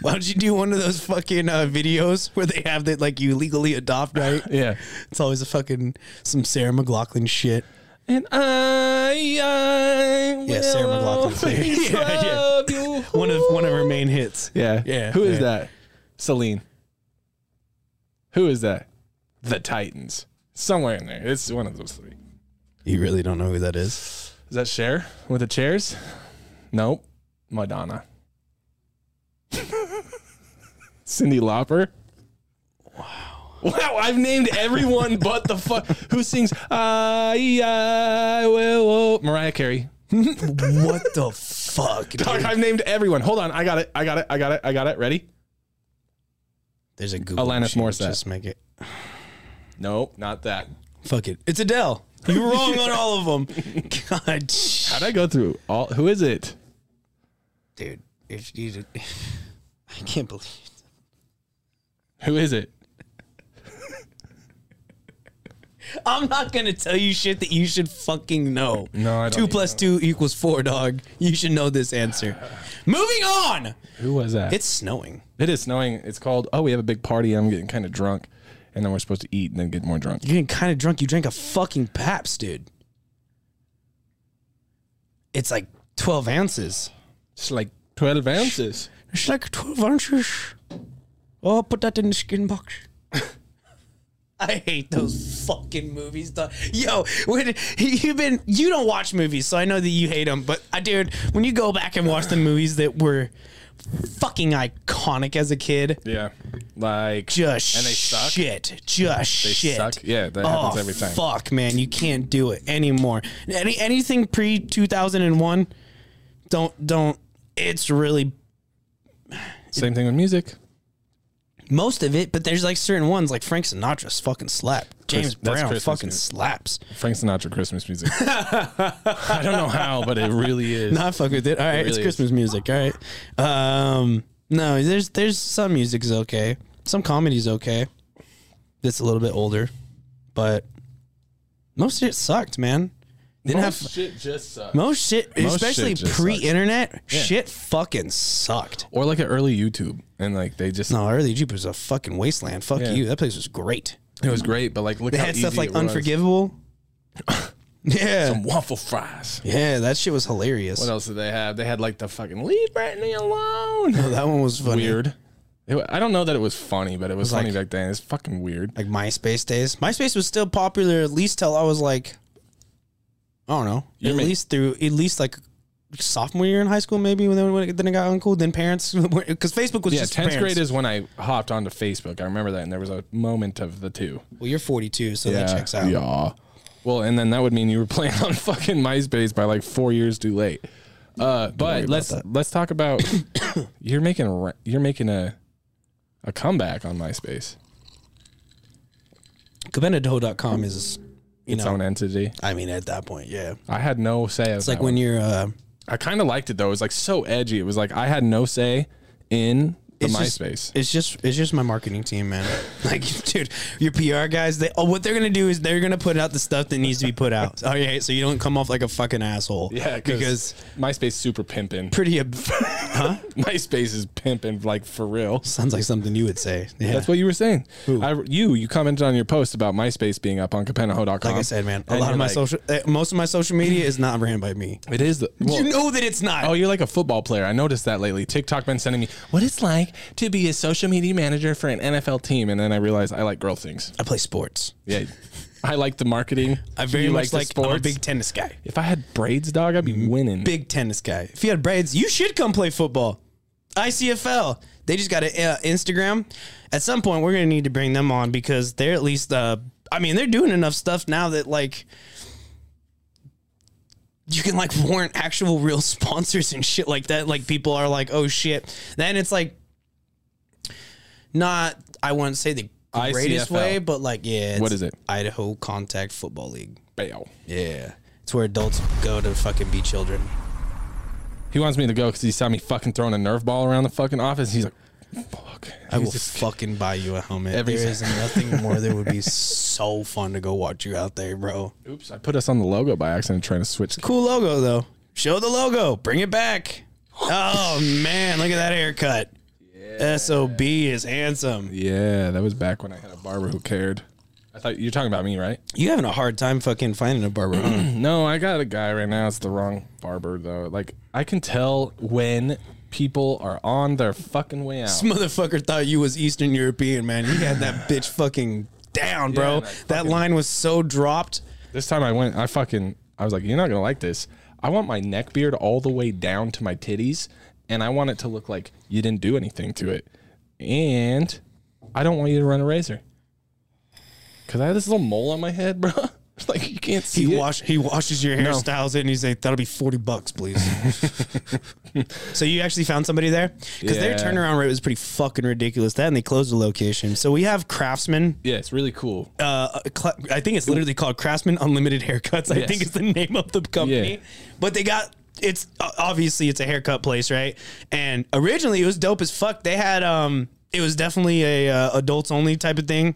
S1: Why don't you do one of those fucking uh, videos where they have that like you legally adopt, right?
S3: Yeah.
S1: It's always a fucking some Sarah McLaughlin shit.
S3: And I, I will
S1: Yeah, Sarah McLachlan's
S3: always
S1: singing. Yeah, yeah.
S3: love you.
S1: One of one of her main hits.
S3: Yeah.
S1: Yeah.
S3: Who is
S1: Yeah.
S3: that? Celine. Who is that? The Titans. Somewhere in there. It's one of those three.
S1: You really don't know who that is.
S3: Is that Cher with the chairs? Nope. Madonna. Cindy Lauper. Wow. Wow, I've named everyone but the fuck who sings I I will oh," Mariah Carey.
S1: what the fuck? dude?
S3: Dog, I've named everyone. Hold on, I got it. I got it. I got it. I got it. Ready?
S1: There's a Google.
S3: Alanis
S1: machine.
S3: Morissette.
S1: Just make it.
S3: Nope, not that.
S1: Fuck it. It's Adele. You're wrong on all of them. God, sh-
S3: How'd I go through all? Who is it?
S1: dude. If you, I can't believe.
S3: Who is it?
S1: I'm not gonna tell you shit that you should fucking know.
S3: No, I don't
S1: Two
S3: need
S1: plus two equals four, dog. You should know this answer. Moving on.
S3: Who was that?
S1: It's snowing.
S3: it is snowing. It's called. Oh, we have a big party. I'm getting kind of drunk, and then we're supposed to eat and then get more drunk.
S1: You're getting kind of drunk. You drank a fucking Paps, dude. It's like 12 ounces.
S3: It's like 12 ounces.
S1: It's like 12 ounces. Oh, put that in the skin box. I hate those fucking movies. Dog. Yo, when you've been, you don't watch movies, so I know that you hate them. But I, dude, when you go back and watch the movies that were fucking iconic as a kid,
S3: Yeah. Like
S1: just
S3: And they suck?
S1: shit. Just shit. Oh,
S3: suck? Yeah, that happens every time.
S1: Fuck, man, you can't do it anymore. Any anything pre two thousand and one, don't don't. It's really
S3: same thing with music.
S1: most of it, but there's like certain ones like Frank Sinatra's fucking slap. James
S3: that's
S1: Brown
S3: Christmas
S1: fucking
S3: music.
S1: slaps.
S3: Frank Sinatra Christmas music. I don't know how, but it really is.
S1: Nah, I fuck with it. All right, it's
S3: really
S1: Christmas music. All right. Um, no, there's there's some music's okay. Some comedy's okay. That's a little bit older, but most of it sucked, man. Didn't have
S3: shit just sucks.
S1: Most shit,
S3: Most
S1: especially
S3: shit just
S1: pre-internet, shit fucking sucked.
S3: Or like an early YouTube, and like they just
S1: No, early Jeep was a fucking wasteland. Fuck
S3: Yeah.
S1: you. That place was great.
S3: it was great, but like look
S1: They
S3: how
S1: had
S3: easy
S1: stuff like
S3: it was.
S1: Unforgivable. yeah,
S3: Some waffle fries.
S1: yeah, that shit was hilarious.
S3: What else did they have? They had like the fucking leave Brittany alone.
S1: Oh, that one was funny.
S3: Weird. It, wa- I don't know that it was funny, but it was, funny
S1: like-
S3: back then. It's fucking weird.
S1: Like MySpace days. MySpace was still popular at least till I was like, I don't know,
S3: You
S1: at
S3: mean-
S1: least through at least like sophomore year in high school maybe when they when it- then it got uncool. Then parents because Facebook was
S3: Yeah,
S1: just
S3: 10th
S1: parents.
S3: grade is when I hopped onto Facebook. I remember that, and there was a moment of the two.
S1: well, you're 42, so that checks out.
S3: Yeah. Well, and then that would mean you were playing on fucking MySpace by like four years too late. Uh, but let's let's talk about you're making a, ra- you're making a a comeback on MySpace.
S1: Cabinado.com is, you
S3: Its
S1: know,
S3: own entity.
S1: I mean, at that point, yeah.
S3: I had no say.
S1: It's like when you're, uh,
S3: I kind of liked it though. It was like so edgy. It was like I had no say in the
S1: It's just-
S3: MySpace.
S1: it's just, it's just my marketing team, man. Like, dude, your PR guys, they, oh, what they're gonna do is they're gonna put out the stuff that needs to be put out. All right, so you don't come off like a fucking asshole.
S3: yeah,
S1: because
S3: because MySpace super pimping.
S1: pretty, ob- huh?
S3: MySpace is pimping like for real.
S1: Sounds like something you would say. Yeah.
S3: That's what you were saying. I, you you commented on your post about MySpace being up on Capenaho.com.
S1: like I said, man, a
S3: uh-huh. And
S1: lot
S3: you're
S1: of my
S3: like-
S1: social, eh, most of my social media is not ran by me.
S3: It is the well,
S1: you know that it's not.
S3: Oh, you're like a football player. I noticed that lately. TikTok been sending me what it's like to be a social media manager for an NFL team, and then I realized I like girl things.
S1: I play sports.
S3: Yeah, I like the marketing.
S1: I very
S3: You
S1: much
S3: the
S1: like, I'm a big tennis guy.
S3: if I had braids, dog, I'd be winning.
S1: big tennis guy. If you had braids, you should come play football. ICFL. They just got an uh, Instagram. At some point, we're gonna need to bring them on because they're at least. Uh, I mean, they're doing enough stuff now that like you can like warrant actual real sponsors and shit like that. Like people are like, oh shit. Then it's like not. I wouldn't say the greatest
S3: ICFL.
S1: way, but like yeah. it's
S3: What is it?
S1: Idaho Contact Football League.
S3: Bail.
S1: Yeah, it's where adults go to fucking be children.
S3: He wants me to go because he saw me fucking throwing a nerve ball around the fucking office. He's like, fuck.
S1: I will fucking buy you a helmet.
S3: Every-
S1: there is nothing more that would be so fun to go watch you out there, bro.
S3: Oops, I put us on the logo by accident trying to switch.
S1: Cool logo though. Show the logo. Bring it back. Oh man, look at that haircut. SOB is handsome.
S3: Yeah, that was back when I had a barber who cared. I thought you're talking about me, right?
S1: You having a hard time fucking finding a barber. huh?
S3: No, I got a guy right now. It's the wrong barber though. Like I can tell when people are on their fucking way out.
S1: this motherfucker thought you was Eastern European, man. You had that bitch fucking down, bro.
S3: and I
S1: that line was so dropped.
S3: This time I went, I fucking, I was like, you're not gonna like this. I want my neck beard all the way down to my titties, and I want it to look like you didn't do anything to it. And I don't want you to run a razor, cause I have this little mole on my head, bro. It's like you can't see
S1: He
S3: it.
S1: wash he washes your hair, styles it, and he's like, "That'll be forty bucks, please." so you actually found somebody there because their
S3: Yeah.
S1: turnaround rate was pretty fucking ridiculous. That and they closed the location. So we have Craftsman.
S3: yeah, it's really cool.
S1: Uh, cla I think it's literally called Craftsman Unlimited Haircuts. I
S3: Yes.
S1: think is the name of the company.
S3: Yeah.
S1: But they got it's uh, obviously it's a haircut place, right? And originally it was dope as fuck. They had um, it was definitely a uh, adults only type of thing,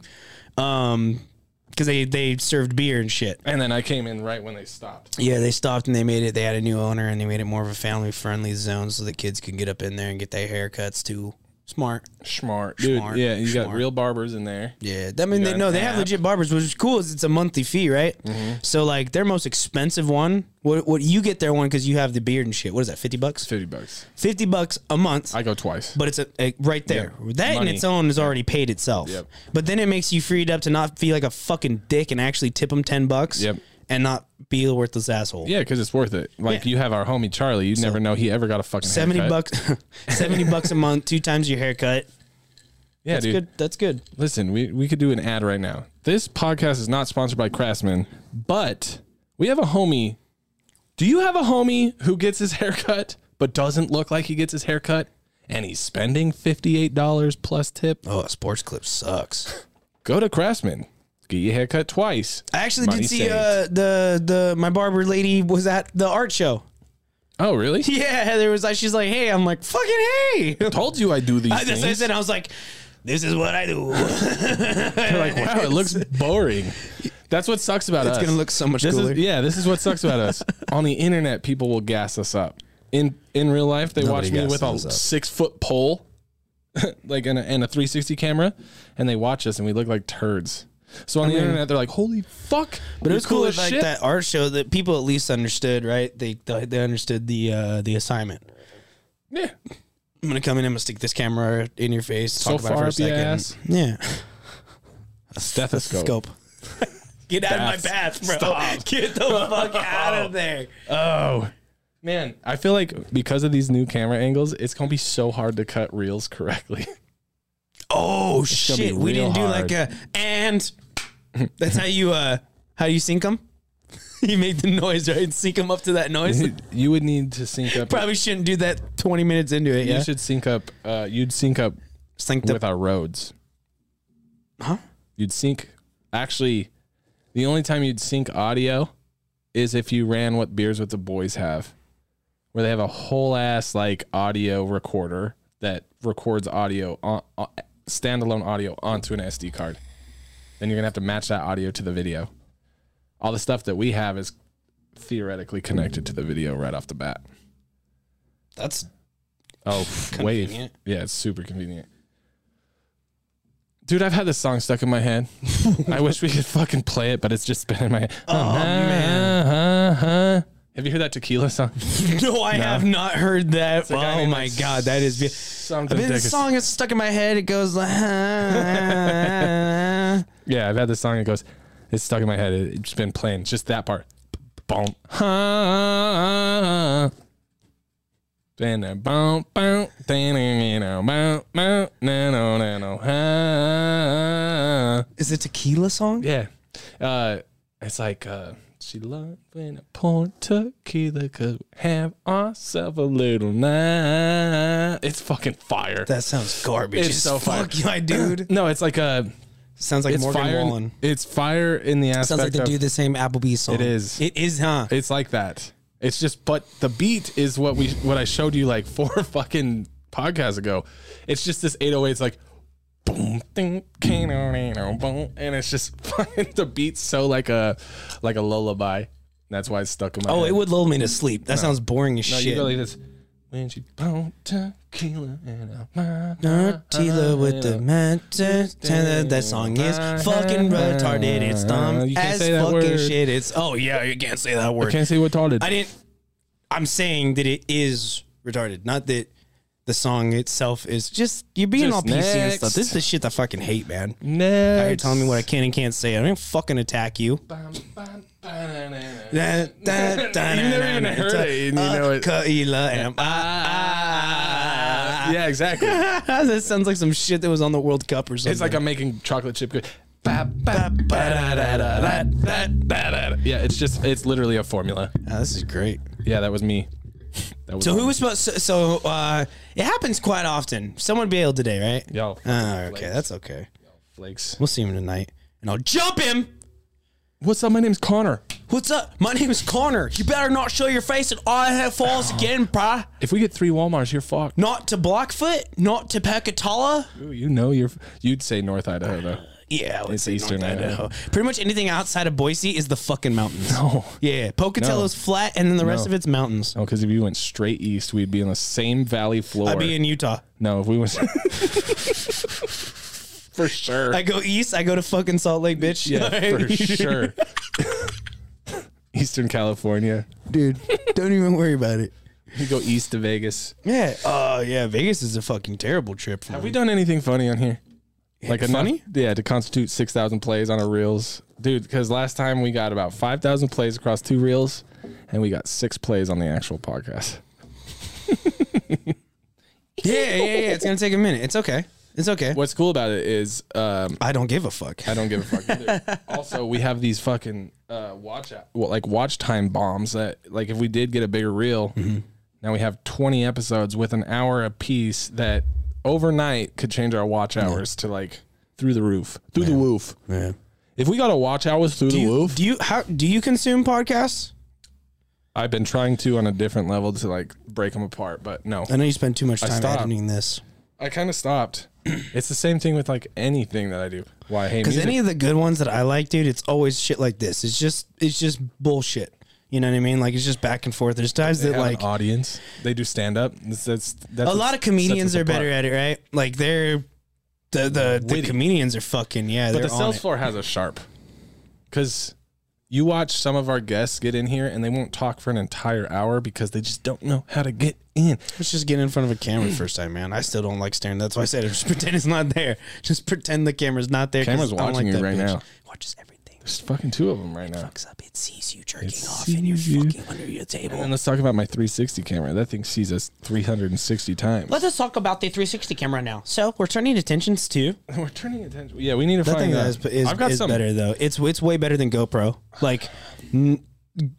S1: um, because they they served beer and shit.
S3: And then I came in right when they stopped.
S1: Yeah, they stopped and they made it. They had a new owner and they made it more of a family friendly zone so the kids could get up in there and get their haircuts too. Smart.
S3: Smart, dude.
S1: Smart,
S3: yeah, you got
S1: smart.
S3: real barbers in there.
S1: Yeah, I mean, they,
S3: got
S1: no,
S3: an
S1: they have
S3: app.
S1: legit barbers, which is cool. Is it's a monthly fee, right?
S3: Mm-hmm.
S1: So like their most expensive one, what what you get their one because you have the beard and shit. What is that? Fifty bucks?
S3: Fifty bucks.
S1: Fifty bucks a month.
S3: I go twice.
S1: but it's a, a- right there.
S3: Yeah.
S1: That
S3: Money.
S1: in its own is already paid itself.
S3: Yep.
S1: But then it makes you freed up to not feel like a fucking dick and actually tip them ten bucks.
S3: Yep.
S1: And not be a worthless asshole.
S3: Yeah, because it's worth it. Like
S1: Yeah.
S3: you have our homie Charlie. You never know he ever got a fucking
S1: Seventy
S3: haircut.
S1: bucks, seventy bucks a month, two times your haircut.
S3: Yeah,
S1: That's
S3: dude.
S1: good. That's good.
S3: Listen, we we could do an ad right now. This podcast is not sponsored by Craftsman, but we have a homie. Do you have a homie who gets his haircut but doesn't look like he gets his haircut, and he's spending fifty eight dollars plus tip?
S1: Oh, a sports clip sucks.
S3: Go to Craftsman. Get your haircut twice.
S1: I actually
S3: Money
S1: did see
S3: saved.
S1: uh, the the my barber lady was at the art show.
S3: Oh, really?
S1: Yeah, there was. like She's like, hey, I'm like, fucking hey.
S3: Told you I do these
S1: I, that's what I
S3: things.
S1: said. I was like, this is what I do.
S3: like, wow, it looks boring. That's what sucks about us.
S1: look so much
S3: This is, yeah, this is what sucks about us. On the internet, people will gas us up. In in real life, they
S1: Nobody
S3: watch me
S1: gasses
S3: with a
S1: us up.
S3: six foot pole, like and a, and a 360 camera, and they watch us and we look like turds. So on the internet, they're like, "Holy fuck!"
S1: But it was cool, at like that art show that people at least understood, right? They they, they understood the uh, the assignment.
S3: Yeah,
S1: I'm gonna come in. I'm gonna stick this camera in your face.
S3: so
S1: Talk about it
S3: far
S1: for
S3: up
S1: a
S3: the
S1: second.
S3: ass.
S1: Yeah. scope.
S3: Stethoscope.
S1: Get out
S3: Baths.
S1: of my bath, bro. Get the fuck out of there.
S3: Oh man, I feel like because of these new camera angles, it's gonna be so hard to cut reels correctly.
S1: Oh
S3: gonna be
S1: shit, we
S3: real
S1: didn't do like
S3: hard.
S1: a and. That's how you uh how do you sync them? you make the noise right, sync them up to that noise.
S3: you would need to sync up.
S1: Probably shouldn't do that twenty minutes into it. Yeah,
S3: You should sync up. Uh, you'd sync up
S1: sync
S3: with our roads.
S1: Huh?
S3: You'd sync. Actually, the only time you'd sync audio is if you ran what beers with the boys have, where they have a whole ass like audio recorder that records audio on, on standalone audio onto an SD card. Then you're gonna have to match that audio to the video. All the stuff that we have is theoretically connected to the video right off the bat.
S1: That's
S3: Oh, wave.
S1: Convenient.
S3: Yeah, it's super convenient. Dude, I've had this song stuck in my head. I wish we could fucking play it, but it's just been in my head. Oh, man. Have you heard that tequila song?
S1: no, I have not heard that.
S3: I
S1: oh
S3: mean,
S1: my
S3: that's
S1: god, that is. Be- I
S3: Something
S1: mean, the
S3: dick is-
S1: song is stuck in my head. It goes like. yeah,
S3: Yeah, I've had this song. It goes, it's stuck in my head. It- It's been playing. Just that part. Boom. Then a boom, boom, then a, you know, boom, boom, na, no, na, no, ah.
S1: is it tequila song?
S3: Yeah. Uh, it's like uh, she loved when I poured tequila could have ourselves a little night. It's fucking fire.
S1: That sounds garbage.
S3: It's
S1: as
S3: so fire.
S1: fuck, my dude.
S3: no, it's like uh
S1: sounds like
S3: it's
S1: Morgan
S3: fire.
S1: Wallen.
S3: It's fire in the aspect
S1: Sounds like they
S3: of
S1: do the same Applebee's song.
S3: It is.
S1: It is, huh?
S3: it's like that. It's just, but the beat is what we what I showed you like four fucking podcasts ago. It's just this 808. It's like boom, ding, kano, nano, boom, and it's just fucking the beat's so like a like a lullaby. That's why it's stuck in my.
S1: oh,
S3: head.
S1: it would lull me to sleep. That sounds boring as
S3: No,
S1: shit.
S3: you go like this. When she poured tequila and I
S1: Tequila with the mountains. That song is fucking retarded. It's dumb
S3: You can't
S1: as
S3: say that
S1: fucking
S3: word.
S1: shit. It's oh yeah, you can't say that
S3: I
S1: word.
S3: can't say what all it.
S1: I didn't. I'm saying that it is retarded, not that the song itself is. Just you're being
S3: Just
S1: all PC and stuff.
S3: next.
S1: This is the shit I fucking hate, man.
S3: Next.
S1: You're telling me what I can and can't say. I don't fucking attack you.
S3: I.
S1: Da, da, da, da,
S3: never
S1: da,
S3: even heard
S1: da,
S3: it, and you
S1: uh,
S3: know it.
S1: Kaila and ah, ah.
S3: Yeah, exactly.
S1: that sounds like some shit that was on the World Cup or something.
S3: It's like I'm making chocolate chip cookies. Yeah, it's just it's literally a formula.
S1: Ah, this is great.
S3: Yeah, that was me. That was
S1: So who was supposed? So, so uh, it happens quite often. Someone bailed today, right?
S3: Yo,
S1: Oh, okay, that's okay.
S3: flakes.
S1: We'll see him tonight, and I'll jump him.
S3: What's up? My name's Connor.
S1: What's up? My name is Connor. You better not show your face at I Have
S3: Oh.
S1: Falls again, brah.
S3: If we get three Walmarts, you're fucked.
S1: Not to Blackfoot, not to Pecatola.
S3: Ooh, you know you're. You'd say North Idaho though.
S1: Yeah, I would
S3: It's
S1: say
S3: Eastern
S1: North
S3: Idaho.
S1: Idaho. Pretty much anything outside of Boise is the fucking mountains.
S3: No.
S1: Yeah, Pocatello's flat, and then the rest
S3: No.
S1: of it's mountains.
S3: No, because Oh, if you went straight east, we'd be in the same valley floor.
S1: I'd be in Utah.
S3: no, if we went. for sure.
S1: I go east. I go to fucking Salt Lake, bitch.
S3: yeah, for
S1: Like-
S3: sure. Eastern California.
S1: dude. Don't even worry about it.
S3: You go east to Vegas.
S1: Yeah. Oh yeah, Vegas is a fucking terrible trip for
S3: Have
S1: me.
S3: we done anything funny on here? Like enough-
S1: funny?
S3: yeah, to constitute six thousand plays on our reels, dude. Because last time we got about five thousand plays across two reels, and we got six plays on the actual podcast.
S1: Yeah, yeah, yeah. It's gonna take a minute. It's okay. It's okay.
S3: What's cool about it is um,
S1: I don't give a fuck.
S3: I don't give a fuck. Either. also, we have these fucking uh, watch out, well, like watch time bombs that like if we did get a bigger reel, now we have twenty episodes with an hour a piece that overnight could change our watch hours to like through the roof, through the woof.
S1: Yeah.
S3: If we got a watch hours through
S1: Do
S3: the
S1: you,
S3: woof,
S1: do you how do you consume podcasts?
S3: I've been trying to on a different level to like break them apart, but no,
S1: I know you spend too much time
S3: stop.
S1: editing this.
S3: I kind of stopped. it's the same thing with like anything that I do. Why I hate
S1: Because
S3: music.
S1: any of the good ones that I like, dude, it's always shit like this. It's just it's just bullshit. You know what I mean? Like it's just back and forth. There's times
S3: they
S1: that
S3: have an
S1: like
S3: audience. They do stand up. That's, that's, that's
S1: a lot of comedians are better at it, right? Like they're the the, the
S3: Witty.
S1: comedians are fucking yeah.
S3: But
S1: they're
S3: the
S1: on
S3: sales
S1: it.
S3: floor has a sharp, because you watch some of our guests get in here and they won't talk for an entire hour because they just don't know how to get in.
S1: Let's just get in front of a camera first time, man. I still don't like staring. That's why I said it. Just pretend it's not there. Just pretend the camera's not there. 'cause
S3: Camera's
S1: I don't
S3: watching you
S1: that
S3: right now.
S1: Watches everything.
S3: There's fucking two of them right now.
S1: Fucks up. It sees you jerking
S3: It
S1: off, and you're
S3: sees you.
S1: fucking under your
S3: And
S1: table.
S3: then let's talk about my 360 camera. That thing sees us 360 times.
S1: Let's just talk about the 360 camera now. So we're turning attentions to
S3: We're turning attention. Yeah, we need to
S1: that
S3: find
S1: thing
S3: that.
S1: that is, is, is better though. It's it's way better than GoPro. Like. N-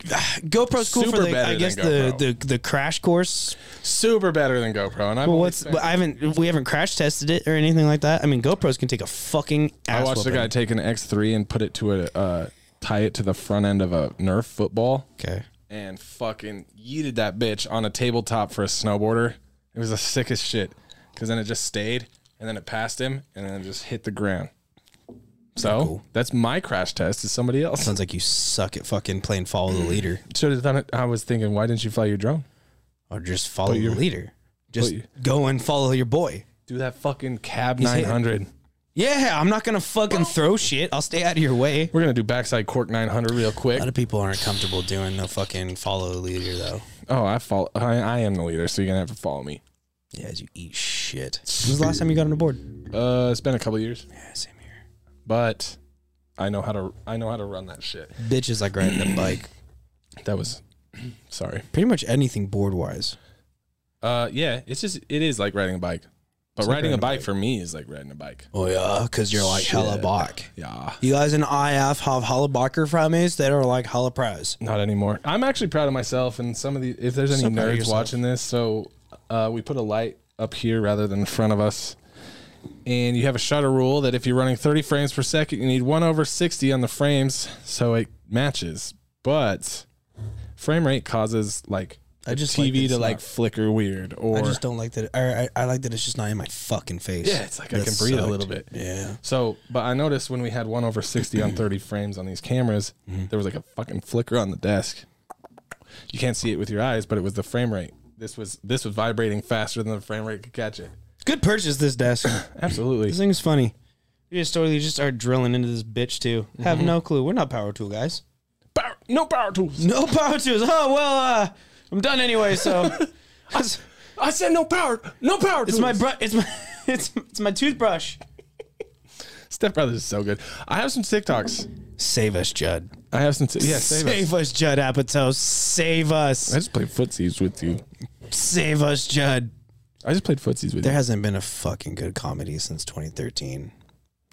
S1: GoPro's cool
S3: Super
S1: for the,
S3: better
S1: I guess
S3: than
S1: the,
S3: GoPro.
S1: the the crash course.
S3: super better than GoPro. And I've
S1: But
S3: only
S1: what's
S3: spent-
S1: but I haven't we haven't crash tested it or anything like that. I mean, GoPros can take a fucking. Ass
S3: I watched the
S1: whooping.
S3: guy take an X3 and put it to a uh, tie it to the front end of a Nerf football
S1: Okay.
S3: and fucking yeeted that bitch on a tabletop for a snowboarder. It was the sickest shit because then it just stayed and then it passed him and then it just hit the ground. So that's my crash test. Is somebody else?
S1: Sounds like you suck at fucking playing follow the leader
S3: Should have done it. I was thinking, why didn't you fly your drone?
S1: or just follow the leader. Just
S3: you-
S1: go and follow your boy.
S3: Do that fucking cab 900.
S1: Yeah, I'm not gonna fucking throw shit. I'll stay out of your way.
S3: We're gonna do backside cork 900 real quick.
S1: A lot of people aren't comfortable doing the fucking follow the leader though.
S3: Oh, I follow. I, I am the leader, so you're gonna have to follow me.
S1: Yeah, as you eat shit. When was the last time you got on a board?
S3: Uh, it's been a couple years.
S1: Yeah, same here.
S3: but I know how to I know how to run that shit.
S1: Bitches like riding a bike.
S3: That was sorry.
S1: Pretty much anything board wise.
S3: Uh yeah, it's just it is like riding a bike. But riding a bike, for me is like riding a bike.
S1: Oh yeah, because you're like hella bike.
S3: Yeah.
S1: You guys in IF have hella biker families that are like hella pros.
S3: Not anymore. I'm actually proud of myself and some of the if there's any
S1: So proud of
S3: nerds
S1: yourself.
S3: watching this, so uh, we put a light up here rather than in front of us. And you have a shutter rule that if you're running 30 frames per second, you need 1 over 60 on the frames so it matches. But frame rate causes like
S1: I just like
S3: TV
S1: that
S3: to
S1: it's
S3: like
S1: not-
S3: flicker weird or
S1: I just don't like that. I, I, I like that it's just not in my fucking face.
S3: Yeah, it's like I
S1: That
S3: can breathe a
S1: sucked.
S3: little bit.
S1: Yeah.
S3: So, but I noticed when we had one over 60 on 30 frames on these cameras, there was like a fucking flicker on the desk. You can't see it with your eyes, but it was the frame rate. This was this was vibrating faster than the frame rate could catch it.
S1: Good purchase, this desk.
S3: Absolutely.
S1: this thing is funny. You just totally just start drilling into this bitch too. Have no clue. We're not power tool guys.
S3: Power, no power tools.
S1: No power tools. Oh well, uh, I'm done anyway. So it's,
S3: I said no power. No power
S1: it's my bru- it's my it's it's my toothbrush.
S3: Step Brothers is so good. I have some TikToks.
S1: Save us, Judd.
S3: I have some. T- yeah, save, us.
S1: Save us, Judd Apatow. Save us.
S3: I just played footsies with you.
S1: Save us, Judd.
S3: I just played footsies with
S1: There
S3: you.
S1: hasn't been a fucking good comedy since 2013.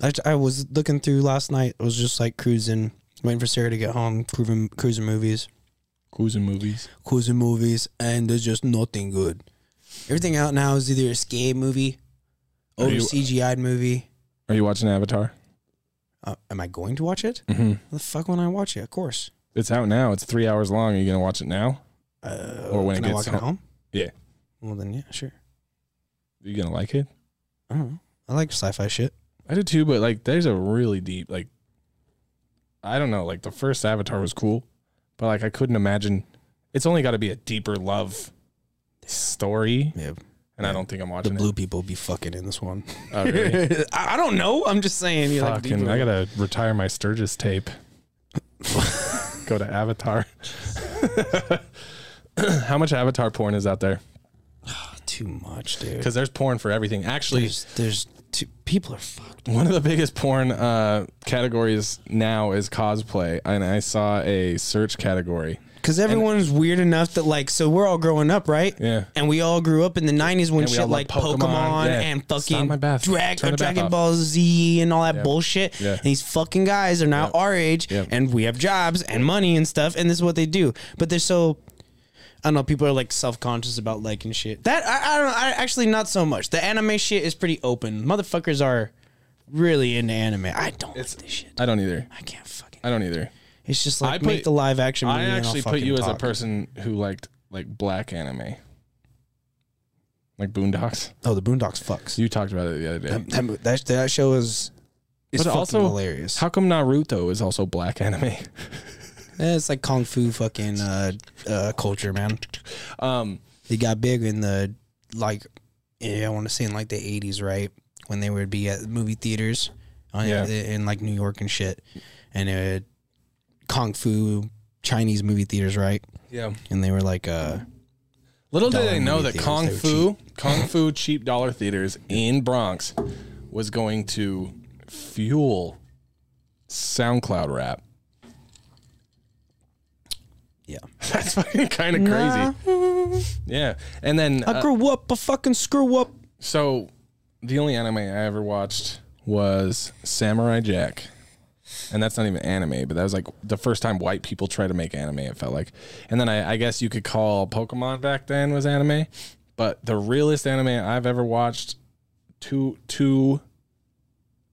S1: I, I was looking through last night. I was just like cruising, waiting for Sarah to get home, cruising, cruising movies,
S3: Cruising movies.
S1: cruising movies, and there's just nothing good. Everything out now is either a scary movie,
S3: Are
S1: over
S3: you-
S1: CGI'd movie.
S3: Are you watching Avatar? Mm-hmm.
S1: Uh, am I going to watch it? The fuck when I watch it? Of course.
S3: It's out now. It's three hours long. Are you gonna watch it now?
S1: Uh,
S3: Or when it
S1: can I
S3: gets
S1: walk
S3: home.
S1: home?
S3: Yeah.
S1: Well then, yeah, sure.
S3: Are you gonna like it?
S1: I don't know. I like sci-fi shit.
S3: I do too, but like, there's a really deep like. I don't know. Like the first Avatar was cool, but like I couldn't imagine. It's only got to be a deeper love story,
S1: Yeah.
S3: and I don't think I'm
S1: The
S3: watching
S1: blue people be fucking in this one.
S3: it. Oh, really?
S1: I, I don't know. I'm just saying. you like,
S3: Fucking,
S1: deeper-
S3: I gotta retire my Sturgis tape. Go to Avatar. How much Avatar porn is out there?
S1: too much, dude.
S3: Because there's porn for everything. Actually,
S1: There's, there's too, people are fucked.
S3: one of the biggest porn uh, categories now is cosplay, and I saw a search category.
S1: Because everyone's weird enough that like, so we're all growing up, right?
S3: Yeah.
S1: And we all grew up in the '90s when
S3: And we all
S1: shit
S3: loved
S1: like Pokemon,
S3: Pokemon, yeah.
S1: and
S3: Stop
S1: fucking
S3: my bath.
S1: Drag-
S3: Turn the bath
S1: Dragon
S3: off.
S1: Ball Z and all that bullshit.
S3: Yeah.
S1: And these fucking guys are now our age,
S3: Yep.
S1: and we have jobs and money and stuff, and this is what they do. But they're so. I don't know. People are like self-conscious about liking shit. That I, I don't. know. I actually not so much. The anime shit is pretty open. Motherfuckers are really into anime. I don't like this shit.
S3: I don't either.
S1: I can't fucking.
S3: I don't either.
S1: It's just like
S3: I put-
S1: make the live action movie.
S3: I actually
S1: and I'll
S3: put you
S1: fucking
S3: as a
S1: talk.
S3: person who liked like black anime, like Boondocks.
S1: Oh, the Boondocks fucks.
S3: You talked about it the other day.
S1: That- that, mo- that, that show is is
S3: But
S1: fucking
S3: also,
S1: hilarious.
S3: How come Naruto is also black anime?
S1: Eh, it's like kung fu fucking uh, uh, culture, man.
S3: Um,
S1: They got big in the like, yeah, I want to say in like the eighties, right? When they would be at movie theaters, on,
S3: Yeah.
S1: in like New York and shit, and it, kung fu Chinese movie theaters, right?
S3: yeah.
S1: And they were like, uh,
S3: Little
S1: Dollar
S3: did they know
S1: movie
S3: that
S1: theaters,
S3: kung
S1: they were
S3: fu, kung fu cheap dollar theaters in Bronx was going to fuel SoundCloud rap.
S1: yeah.
S3: That's fucking kind of crazy. Yeah, and then
S1: I grew up a fucking screw up.
S3: So, the only anime I ever watched was Samurai Jack. And that's not even anime, but that was like the first time white people tried to make anime, it felt like. And then I, I guess you could call Pokemon back then was anime. But the realest anime I've ever watched, two two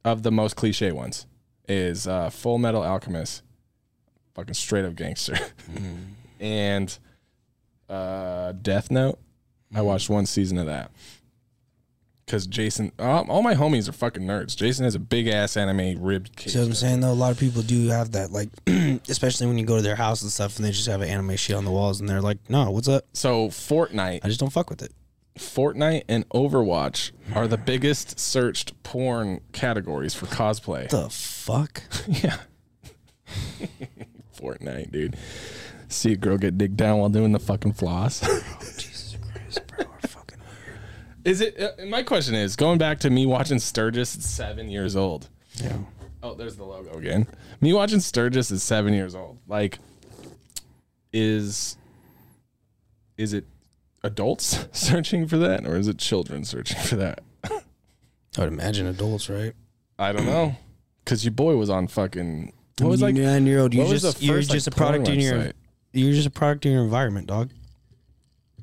S3: of the most cliche ones, is uh, Full Metal Alchemist, fucking straight up gangster, and uh, Death Note. I watched one season of that because Jason, um, all my homies are fucking nerds. Jason has a big ass anime ribbed cage.
S1: See what I'm saying though? A lot of people do have that, like, especially when you go to their house and stuff, and they just have an anime shit on the walls, and they're like, "No, what's up?
S3: So Fortnite,
S1: I just don't fuck with it."
S3: Fortnite, and Overwatch are the biggest searched porn categories for cosplay.
S1: The fuck?
S3: Yeah, Fortnite, dude. See a girl get digged down while doing the fucking floss.
S1: Jesus Christ, bro, we're fucking.
S3: is it? Uh, my question is going back to me watching Sturgis at seven years old.
S1: Yeah.
S3: Oh, there's the logo again. Me watching Sturgis is seven years old. Like, is is it adults searching for that, or is it children searching for that?
S1: I would imagine adults, right?
S3: I don't know. Cause your boy was on fucking. What was like?
S1: nine year old? You
S3: what was
S1: just
S3: the
S1: you're
S3: first, like,
S1: just a
S3: porn
S1: product in your
S3: website?
S1: you're just a product in your environment, dog.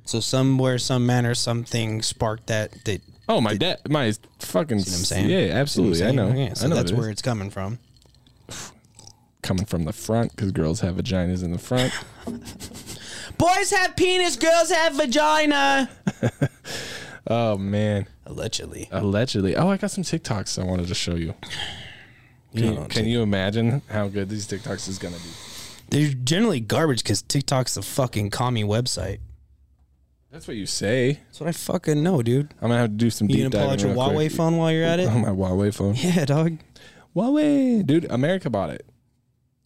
S1: So somewhere, some manner, something sparked that. That you know
S3: Oh my dad, my fucking.
S1: what I'm saying?
S3: Yeah, absolutely.
S1: what I'm
S3: I
S1: saying?
S3: know.
S1: Yeah, so
S3: I know
S1: that's
S3: it is.
S1: where it's coming from.
S3: coming from the front because girls have vaginas in the front.
S1: Boys have penis, girls have vagina.
S3: oh man,
S1: Allegedly,
S3: allegedly. Oh, I got some TikToks I wanted to show you.
S1: you
S3: Can,
S1: know,
S3: you, can you imagine how good these TikToks is gonna be?
S1: they're generally garbage because TikTok's the fucking commie website.
S3: That's what you say.
S1: That's what I fucking know, dude.
S3: I'm gonna have to do some
S1: You
S3: deep
S1: gonna pull
S3: diving.
S1: out your
S3: real
S1: Huawei
S3: quick.
S1: phone while you're at it?
S3: Oh my Huawei phone.
S1: Yeah, dog.
S3: Huawei, dude. America bought it,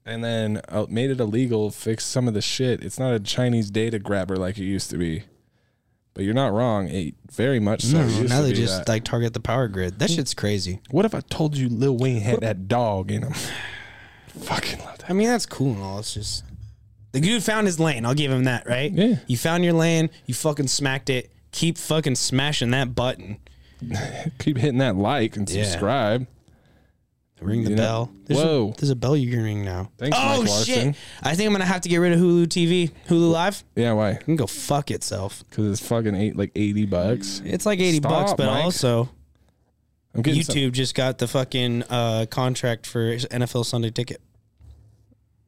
S3: and then uh, made it illegal. Fixed some of the shit. It's not a Chinese data grabber like it used to be. But you're not wrong. It very much so.
S1: No,
S3: used to
S1: now they
S3: be
S1: just
S3: that.
S1: like target the power grid. That shit's crazy.
S3: What if I told you Lil Wayne had that dog in him? Fucking love that.
S1: I mean, that's cool and all. It's just the dude found his lane. I'll give him that, right?
S3: Yeah.
S1: You found your lane. You fucking smacked it. Keep fucking smashing that button.
S3: Keep hitting that like and
S1: Yeah.
S3: subscribe.
S1: Ring the
S3: You know-
S1: bell. There's A,
S3: Whoa.
S1: there's a bell you can ring now.
S3: Thanks,
S1: oh
S3: Mike Larson.
S1: shit! I think I'm gonna have to get rid of Hulu TV. Hulu Live
S3: Yeah, why?
S1: can go fuck itself.
S3: Because it's fucking eight like eighty bucks.
S1: It's like eighty
S3: Stop,
S1: bucks, but
S3: Mike.
S1: also
S3: I'm getting some-
S1: YouTube just got the fucking uh, contract for NFL Sunday Ticket.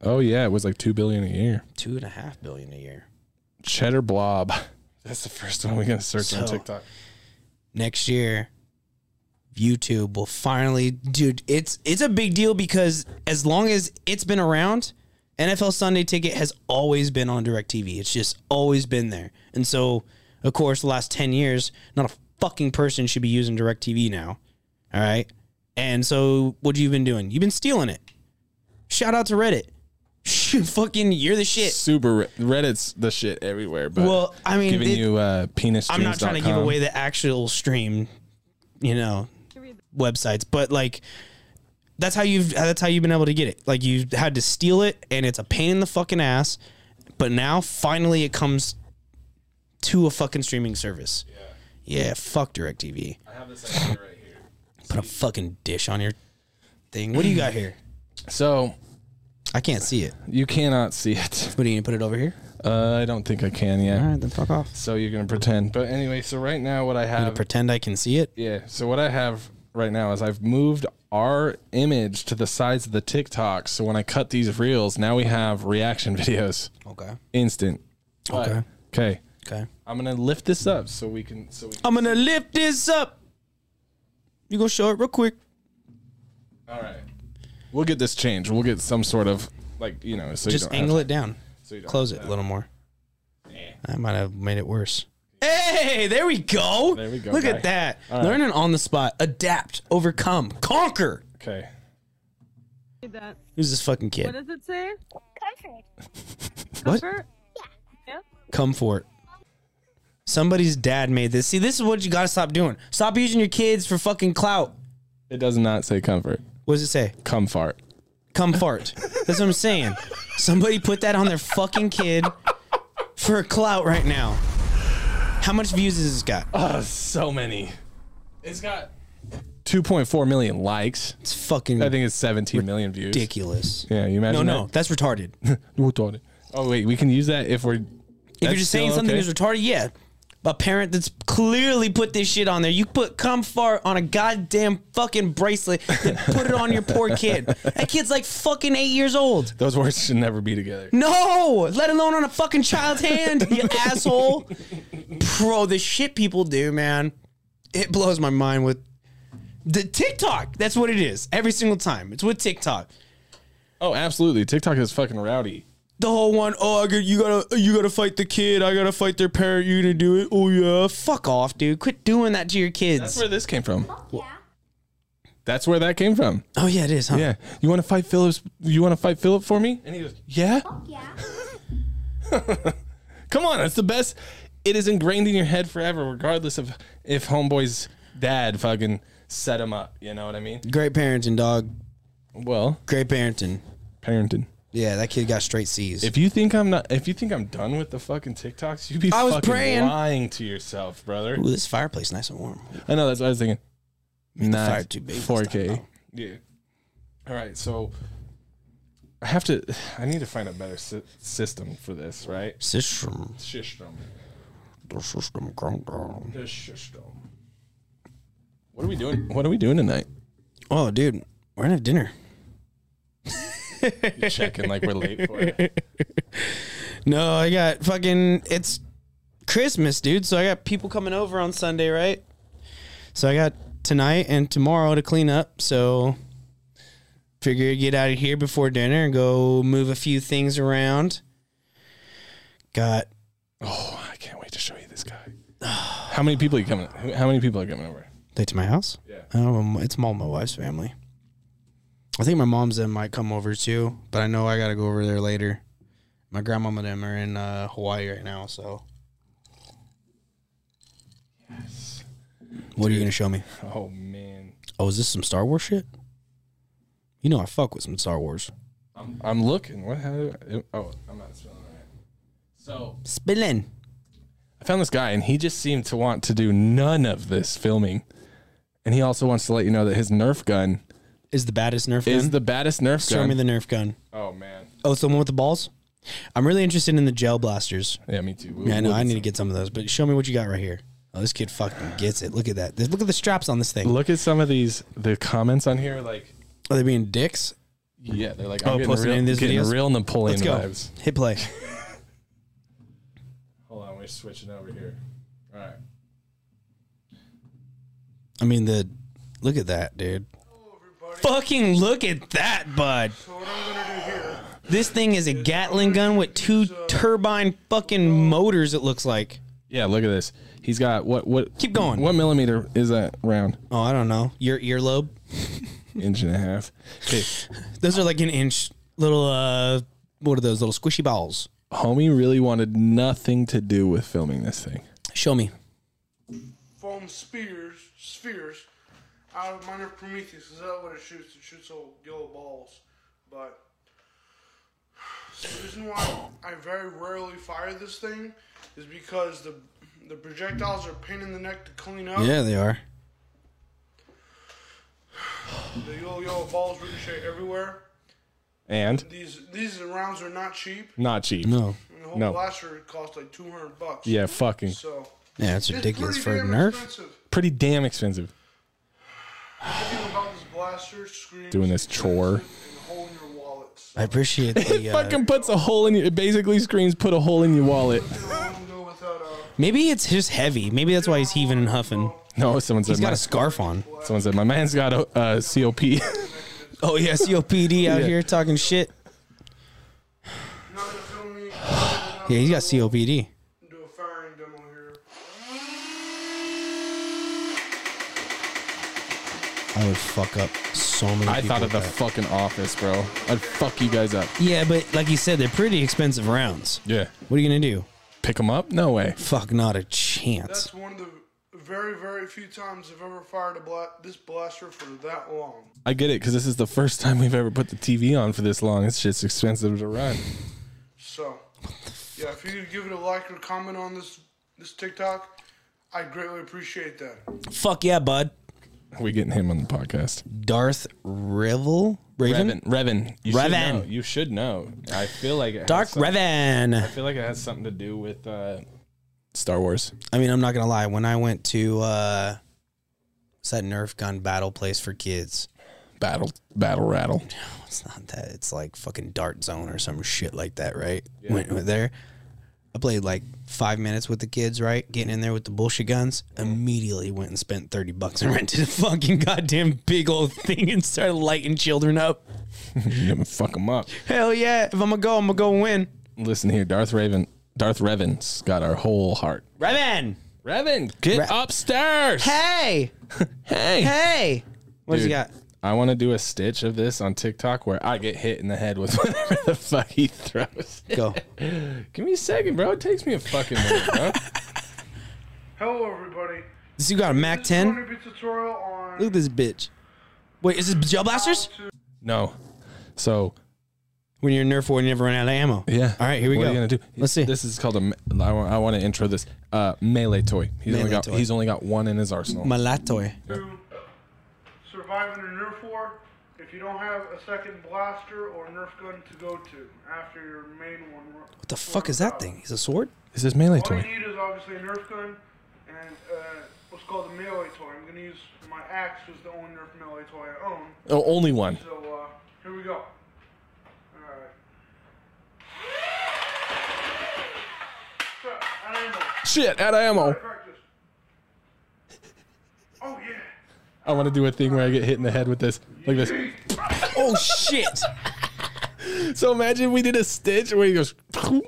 S3: oh yeah, it was like two billion a year.
S1: Two and a half billion a year.
S3: Cheddar blob. That's the first one we're gonna search on
S1: So-
S3: TikTok.
S1: next year YouTube will finally dude it's it's a big deal because as long as it's been around NFL Sunday Ticket has always been on DirecTV. It's just always been there. And so of course the last 10 years not a fucking person should be using DirecTV now. All right? And so what you've been doing? You've been stealing it. Shout out to Reddit. fucking you're the shit.
S3: Super Re- Reddit's the shit everywhere. But
S1: Well, I mean
S3: giving
S1: it-
S3: you uh, penis.
S1: I'm not trying to give away the actual stream, you know, websites, but like that's how you've that's how you've been able to get it. Like you had to steal it, and it's a pain in the fucking ass. But now finally it comes to a fucking streaming service. Yeah, fuck Directv.
S3: I have this idea right here.
S1: Put a fucking dish on your thing. What do you got here?
S3: So
S1: I can't see it.
S3: you cannot see it.
S1: What do you gonna put it over here?
S3: Uh, I don't think I can yet.
S1: All right, then fuck off.
S3: So you're gonna pretend. But anyway, so right now what I
S1: I'm gonna
S3: have
S1: pretend I can see it.
S3: Yeah. So what I have right now is I've moved our image to the sides of the TikTok. So when I cut these reels, now we have reaction videos,
S1: Okay.
S3: instant.
S1: Okay.
S3: Okay.
S1: Okay.
S3: I'm gonna lift this up so we can. So we.
S1: I'm gonna lift this up. You gonna show it real quick?
S3: All right. We'll get this changed. We'll get some sort of like you know. So you
S1: Just
S3: don't
S1: angle
S3: have,
S1: it down.
S3: So you don't
S1: Close it a little more. I might have made it worse. Hey, there we go.
S3: There we go,
S1: Look
S3: guy.
S1: at that. Learning on the spot. Adapt. Overcome. Conquer.
S3: Okay.
S2: that.
S1: Who's this fucking
S2: What
S1: kid?
S2: does it say?
S4: Comfort.
S1: What?
S2: Comfort? Yeah.
S1: Come for it. Somebody's dad made this. See, this is what you gotta stop doing. Stop using your kids for fucking clout.
S3: It does not say comfort.
S1: What does it say?
S3: Comfort.
S1: Come fart. That's what I'm saying. Somebody put that on their fucking kid for a clout right now. How much views has this got?
S3: Oh, so many. It's got 2.4 million likes.
S1: It's fucking
S3: I think it's 17 million views.
S1: ridiculous.
S3: Yeah, you
S1: No,
S3: imagine that?
S1: no, that's retarded.
S3: We'll do it. Oh wait, we can use that if we're.
S1: If you're just saying something is retarded, yeah. A parent that's clearly put this shit on there. You put cum fart on a goddamn fucking bracelet and put it on your poor kid. That kid's like fucking eight years old.
S3: those words should never be together.
S1: No, let alone on a fucking child's hand, you asshole. Bro, the shit people do, man. It blows my mind with the TikTok. That's what it is. Every single time. It's with TikTok.
S3: Oh, absolutely. TikTok is fucking rowdy.
S1: the whole one, oh, I got, you gotta, you gotta fight the kid. I gotta fight their parent. You gonna do it? Oh yeah, fuck off, dude. Quit doing that to your
S3: That's
S1: kids.
S3: where this came from.
S4: Yeah.
S3: That's where that came from.
S1: Oh yeah, it is, huh?
S3: Yeah. You want to fight Phillips? You want to fight Philip for me? And he goes, Yeah.
S4: Yeah.
S3: Come on, that's the best. It is ingrained in your head forever, regardless of if homeboy's dad fucking set him up. You know what I mean?
S1: Great parenting, dog.
S3: Well,
S1: Great parenting.
S3: parenting.
S1: Yeah, that kid got straight C's.
S3: If you think I'm not, if you think I'm done with the fucking TikToks, you be
S1: I was
S3: fucking
S1: praying.
S3: lying to yourself, brother.
S1: Ooh, this fireplace nice and warm.
S3: I know that's what I was thinking. Nah,
S1: fire too big this time,
S3: 4K.
S1: though.
S3: Yeah. All right, so I have to. I need to find a better sy- system for this, right?
S1: System,
S3: System.
S1: the system, ground down.
S3: The system. What are we doing? What are we doing tonight?
S1: Oh, dude, we're gonna have dinner.
S3: You checking like we're late for it.
S1: No, I got fucking. It's Christmas, dude. So I got people coming over on Sunday, right? So I got tonight and tomorrow to clean up. So figure get out of here before dinner and go move a few things around. Got
S3: Oh, I can't wait to show you this guy. How many people are you coming? who- How many people are coming over?
S1: They to my house?
S3: Yeah.
S1: Um, it's all my wife's family. I think my mom's them might come over too, but I know I gotta go over there later. My grandmama and them are in uh, Hawaii right now, so. What are you gonna show me?
S3: Oh man,
S1: Oh, is this some Star Wars shit? You know I fuck with some Star Wars.
S3: I'm, I'm looking. What? How do I, oh, I'm not spelling it right. So
S1: Spillin.
S3: I found this guy, and he just seemed to want to do none of this filming. And he also wants to let you know that his Nerf gun
S1: Is the baddest Nerf
S3: is
S1: gun?
S3: the baddest Nerf
S1: Show
S3: gun.
S1: me the Nerf gun.
S3: oh man,
S1: Oh, it's the one with the balls? I'm really interested in the gel blasters.
S3: yeah, me too. We'll-
S1: Yeah, I know.
S3: we'll
S1: I
S3: get
S1: need to get some of those, but show me what you got right here. Oh, this kid fucking gets it. Look at that. Look at the straps on this thing.
S3: look at some of these the comments on here like
S1: Are they being dicks?
S3: yeah they're like
S1: Oh,
S3: I'm getting,
S1: posting
S3: real,
S1: any of these
S3: getting
S1: videos?
S3: real Napoleon
S1: Let's go.
S3: vibes
S1: Hit play.
S3: hold on we're switching over here all right
S1: I mean, the look at that, dude. Fucking look at that, bud. This thing is a Gatling gun with two turbine fucking motors. It looks like.
S3: yeah look at this he's got what what
S1: Keep going.
S3: what millimeter is that round
S1: Oh, I don't know. Your earlobe.
S3: inch and a half okay
S1: Those are like an inch little. uh What are those little squishy balls?
S3: homie really wanted nothing to do with filming this thing
S1: Show me.
S4: foam spears, spheres out of minor Prometheus. Is that what it shoots? It shoots little yellow balls. But so the reason why I very rarely fire this thing is because the the projectiles are a pain in the neck to clean up.
S1: Yeah, they are.
S4: The yellow yellow balls ricochet everywhere.
S3: and
S4: These these rounds are not cheap.
S3: not cheap
S1: No.
S4: And the whole
S3: No.
S4: blaster cost like two hundred bucks.
S3: yeah fucking
S4: So
S1: Yeah, it's
S4: it's
S1: ridiculous
S4: pretty
S1: for a
S4: damn
S1: Nerf.
S4: Expensive.
S3: pretty damn expensive
S4: Everything about this blaster screams
S3: Doing this chore.
S4: expensive and a hole in your wallet. So
S1: I appreciate
S3: it
S1: the. Uh,
S3: fucking puts a hole in your it basically screams put a hole in your wallet
S4: I won't go without uh, a.
S1: maybe it's just heavy. Maybe that's why he's heaving and huffing.
S3: no someone said
S1: He's got
S3: my,
S1: a scarf on.
S3: someone said my man's got a uh, COP
S1: Oh yeah, COPD out
S3: Yeah.
S1: here talking shit.
S4: Not to film me.
S1: Yeah, he's got COPD.
S4: Do a firing demo here.
S1: I would fuck up so many.
S3: I
S1: people
S3: thought
S1: with
S3: of the
S1: that.
S3: fucking office, bro. I'd fuck you guys up.
S1: yeah, but like you said, they're pretty expensive rounds.
S3: Yeah.
S1: What are you gonna do?
S3: Pick them up? No way.
S1: Fuck, not a
S4: That's
S1: chance.
S4: one of the very, very few times I've ever fired a bla- this blaster for that long.
S3: I get it because this is the first time we've ever put the TV on for this long. It's just expensive to run.
S4: So, yeah, if you could give it a like or comment on this this TikTok, I greatly appreciate that.
S1: Fuck yeah, bud.
S3: We getting him on the podcast.
S1: Darth Revel Raven.
S3: Revan. Revan. You
S1: Revan.
S3: Should know. You should know. I feel like it.
S1: Dark
S3: has some-
S1: Revan.
S3: I feel like it has something to do with uh, Star Wars.
S1: I mean, I'm not gonna lie. When I went to uh, what's that Nerf gun battle place for kids?
S3: Battle. Battle rattle.
S1: it's not that it's like fucking dart zone or some shit like that right went, went there i played like five minutes with the kids right getting in there with the bullshit guns immediately went and spent 30 bucks and rented a fucking goddamn big old thing and started lighting children up
S3: you gonna fuck them up.
S1: hell yeah if i'm gonna go i'm gonna go win
S3: Listen here, Darth Raven. Darth Revan's got our whole heart.
S1: revan
S3: Revan, get upstairs.
S1: hey
S3: Hey.
S1: hey what does he
S3: Dude,
S1: got
S3: I want to do a stitch of this on TikTok where I get hit in the head with whatever the fuck he throws.
S1: go
S3: Give me a second, bro. It takes me a fucking minute, bro.
S4: Hello, everybody.
S1: so you got a mac
S4: This is
S1: 10
S4: going to be a tutorial
S1: look
S4: on
S1: at this bitch wait is this gel blasters
S3: No. So
S1: when you're a nerf war you never run out of ammo
S3: yeah.
S1: all right here we
S3: what
S1: go
S3: Are you gonna do?
S1: let's see
S3: This is called a. me- I want, I want to intro this uh, melee toy. He's
S1: Melee
S3: only got.
S1: toy.
S3: He's only got one in his arsenal.
S1: malatoy
S4: to surviving a Nerf war if you don't have a second blaster or Nerf gun to go to after your main one. Uh,
S1: What the fuck is that thing? Is it a sword?
S3: Is this melee
S4: All
S3: toy?
S4: you need is obviously a Nerf gun and uh, what's called a melee toy. I'm gonna use my axe, was the only Nerf melee toy I own.
S3: Oh, only one.
S4: So uh, here we go. Alright. So, I don't know.
S3: Shit, out of ammo.
S4: Practice. Oh yeah.
S3: I want to do a thing where I get hit in the head with this, like this.
S1: Oh shit!
S3: So imagine we did a stitch where he goes,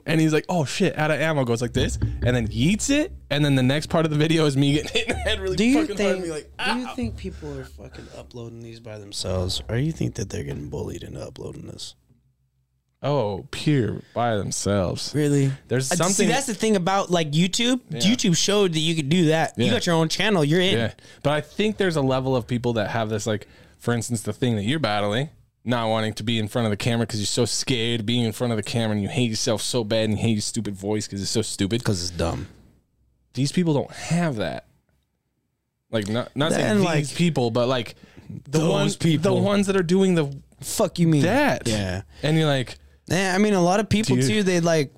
S3: and he's like, "Oh shit!" Out of ammo, goes like this, and then yeets it, and then the next part of the video is me getting hit in the head really
S1: Do you
S3: fucking hard.
S1: think?
S3: And be like, "Ah,
S1: do you think people are fucking uploading these by themselves, or you think that they're getting bullied into uploading this?
S3: "Oh, pure by themselves."
S1: Really?
S3: There's
S1: Uh,
S3: something.
S1: See, that's the thing about like YouTube.
S3: Yeah.
S1: YouTube showed that you could do that. You
S3: Yeah.
S1: got your own channel. You're in.
S3: yeah, but I think there's a level of people that have this, like, for instance, the thing that you're battling, not wanting to be in front of the camera because you're so scared of being in front of the camera, and you hate yourself so bad, and you hate your stupid voice because it's so stupid.
S1: Because it's dumb.
S3: these people don't have that. Like not not
S1: Then,
S3: saying these
S1: like,
S3: people, but like the
S1: those
S3: ones
S1: people.
S3: the ones that are doing the
S1: Fuck you mean
S3: that.
S1: Yeah.
S3: and you're like,
S1: Yeah, I mean, a lot of people
S3: Dude.
S1: too. They like,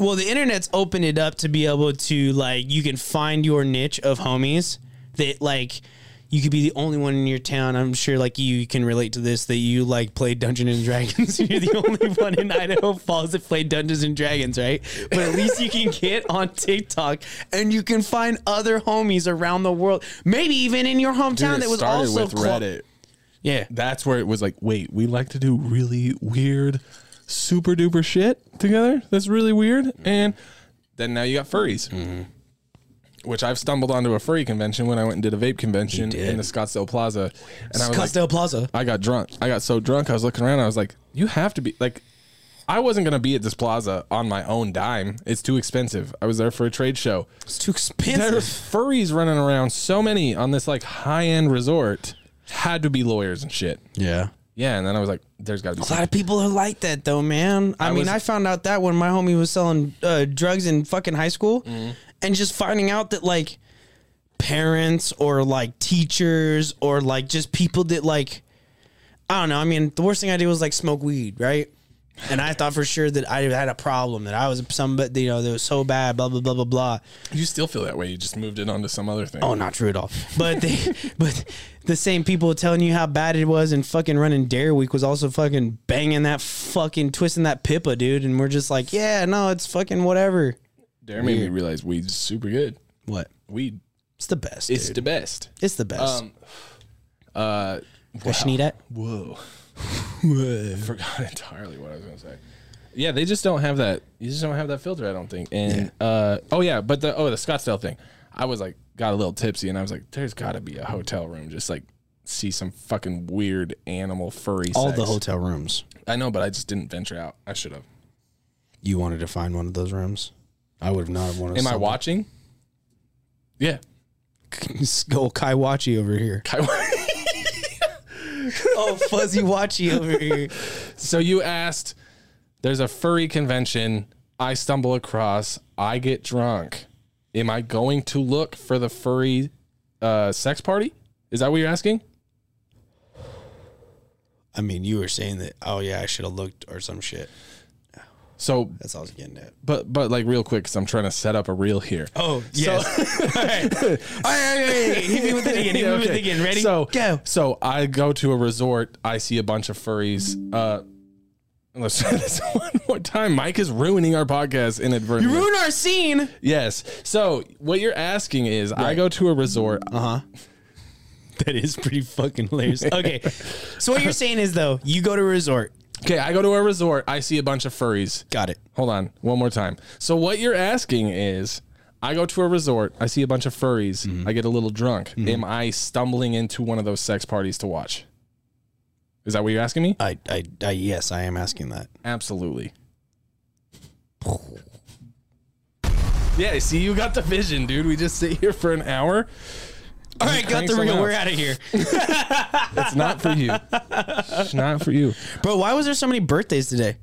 S1: well, the internet's opened it up to be able to like, you can find your niche of homies that like, you could be the only one in your town. I'm sure like you can relate to this that you like played Dungeons and Dragons. You're the only one in Idaho Falls that played Dungeons and Dragons, right? But at least you can get on TikTok and you can find other homies around the world. Maybe even in your hometown
S3: dude, it
S1: that was
S3: started
S1: also
S3: with
S1: clo-
S3: Reddit.
S1: Yeah.
S3: That's where it was like, wait, we like to do really weird, super duper shit together. That's really weird. And then now you got furries. Which I've stumbled onto a furry convention when I went and did a vape convention
S1: did.
S3: in the Scottsdale Plaza, and I was like,
S1: Costello Plaza.
S3: I got drunk. I got so drunk. I was looking around. I was like, you have to be like, I wasn't going to be at this plaza on my own dime. It's too expensive. I was there for a trade show.
S1: It's too
S3: There's
S1: expensive.
S3: furries running around so many on this like high end resort. Had to be lawyers and shit.
S1: Yeah.
S3: Yeah. And then I was like, there's got to be
S1: A lot
S3: something.
S1: of people are like that though, man. I, mean,
S3: was-
S1: I found out that when my homie was selling uh, drugs in fucking high school, and just finding out that like parents or like teachers or like just people that like I don't know. I mean, the worst thing I did was like smoke weed, right? And I thought for sure that I had a problem, that I was somebody you know that was so bad, blah blah blah blah blah.
S3: You still feel that way. You just moved it onto some other thing.
S1: Oh, not true at all. But they, but the same people telling you how bad it was and fucking running Dare Week was also fucking banging that fucking twisting that pipa, dude. And we're just like, yeah, no, it's fucking whatever.
S3: Dare made me realize weed's super good.
S1: What?
S3: Weed,
S1: It's the best. It's
S3: it's the best.
S1: it's the best.
S3: Um, uh,
S1: I should need that.
S3: Whoa. Forgot entirely what I was gonna say. Yeah, they just don't have that. You just don't have that filter, I don't think. And uh, oh yeah, but the oh the Scottsdale thing, I was like got a little tipsy, and I was like, there's got to be a hotel room. Just like see some fucking weird animal furry.
S1: All
S3: sex.
S1: the hotel rooms.
S3: I know, but I just didn't venture out. I should have.
S1: You wanted to find one of those rooms. I would have not have wanted.
S3: Am I watching? Yeah.
S1: Go Kaiwachi over here. oh, fuzzy Wachi over here.
S3: So you asked, there's a furry convention. I stumble across, I get drunk. Am I going to look for the furry uh, sex party? Is that what you're asking?
S1: I mean, you were saying that. Oh yeah, I should have looked or some shit.
S3: So,
S1: That's all I was getting at.
S3: but but like real quick, because I'm trying to set up a reel here.
S1: Oh, yes. all right. All right, all right, all right. Hit me with it again. Hit me with it
S3: Okay.
S1: again. Ready?
S3: So
S1: go.
S3: So I go to a resort. I see a bunch of furries. Uh, let's try this one more time. Mike is ruining our podcast inadvertently.
S1: Ruin our scene.
S3: yes. So what you're asking is, I go to a resort.
S1: Uh-huh. That is pretty fucking hilarious. Okay. So what you're saying is though, you go to a resort.
S3: Okay, I go to a resort. I see a bunch of furries.
S1: Got it.
S3: Hold on, one more time. So what you're asking is, I go to a resort. I see a bunch of furries. I get a little drunk. Am I stumbling into one of those sex parties to watch? Is that what you're asking me?
S1: I, I, I yes, I am asking that.
S3: Absolutely. Yeah, see, you got the vision, dude. We just sit here for an hour.
S1: All right, got
S3: Thanks
S1: the
S3: so
S1: reel.
S3: much.
S1: We're out of here,
S3: It's not for you. It's not for you.
S1: bro. Why was there so many birthdays today?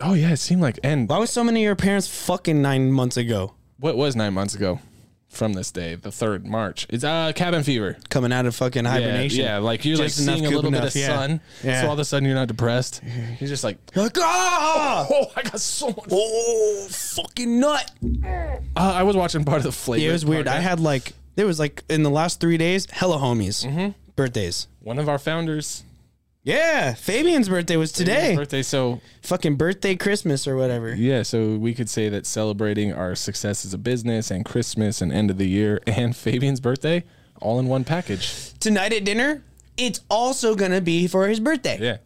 S3: Oh yeah, it seemed like and
S1: Why was so many of your parents fucking nine months ago
S3: what was nine months ago from this day, the third March. It's uh cabin fever.
S1: coming out of fucking hibernation?
S3: Yeah, yeah, like you're
S1: Just
S3: like
S1: enough
S3: seeing a little
S1: coop
S3: bit
S1: enough,
S3: of
S1: yeah.
S3: sun,
S1: Yeah.
S3: so all of a sudden you're not depressed. You're just like,
S1: Like, ah,
S3: oh, I got so much. Uh,
S1: oh, fucking nut.
S3: I was watching part of the flavor.
S1: Yeah, it was weird. I
S3: podcast.
S1: had like there was like in the last three days, hella homies, birthdays.
S3: one of our founders
S1: Yeah, Fabian's birthday was today.
S3: birthday, so
S1: Fucking birthday, Christmas or whatever.
S3: yeah, so we could say that celebrating our success as a business and Christmas and end of the year and Fabian's birthday all in one package.
S1: Tonight at dinner, it's also gonna be for his birthday.
S3: Yeah,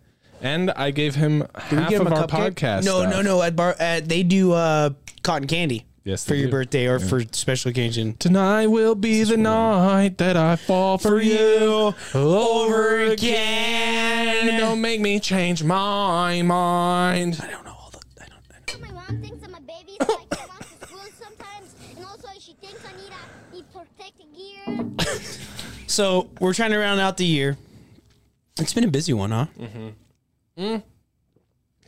S3: And I gave him half
S5: give him
S3: of
S5: a
S3: our
S5: cupcake?
S3: podcast.
S1: No,
S3: stuff.
S1: no, no. At bar, at, they do uh, cotton candy.
S3: Yes,
S1: for
S3: they
S1: your
S3: do.
S1: birthday or for special occasion.
S3: Tonight will be the night that I fall for you over again. Don't make me change my mind.
S1: I don't know all the. I don't. I don't.
S6: My mom thinks I'm a baby, so I can't walk to school sometimes. And also, she thinks I need a need protective gear.
S1: So we're trying to round out the year. It's been a busy one, huh?
S3: Mm-hmm.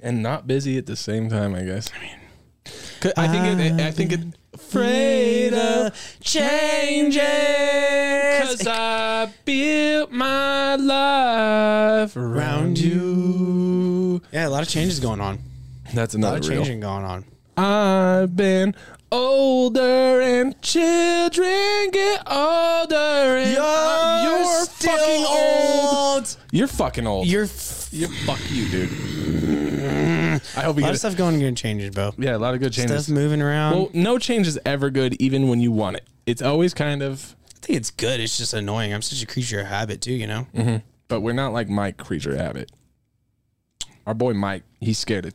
S3: And not busy at the same time, I guess. I mean, I think it. I think it. Afraid of changes. Cause I built my life around you.
S1: Yeah, a lot of changes going on.
S3: That's
S1: A lot of
S3: another real.
S1: changing going on.
S3: I've been older and children get older and I- you're fucking old. You're fucking old.
S1: You're f-
S3: You're- fuck you, dude. I hope you
S1: a lot
S3: get
S1: of
S3: it.
S1: stuff going good changes, bro.
S3: Yeah, a lot of good changes.
S1: Stuff moving around.
S3: Well, no change is ever good, even when you want it. It's always kind of.
S1: I think it's good. It's just annoying. I'm such a creature of habit too, you know.
S3: But we're not like Mike Creature Habit. Our boy Mike, he's scared of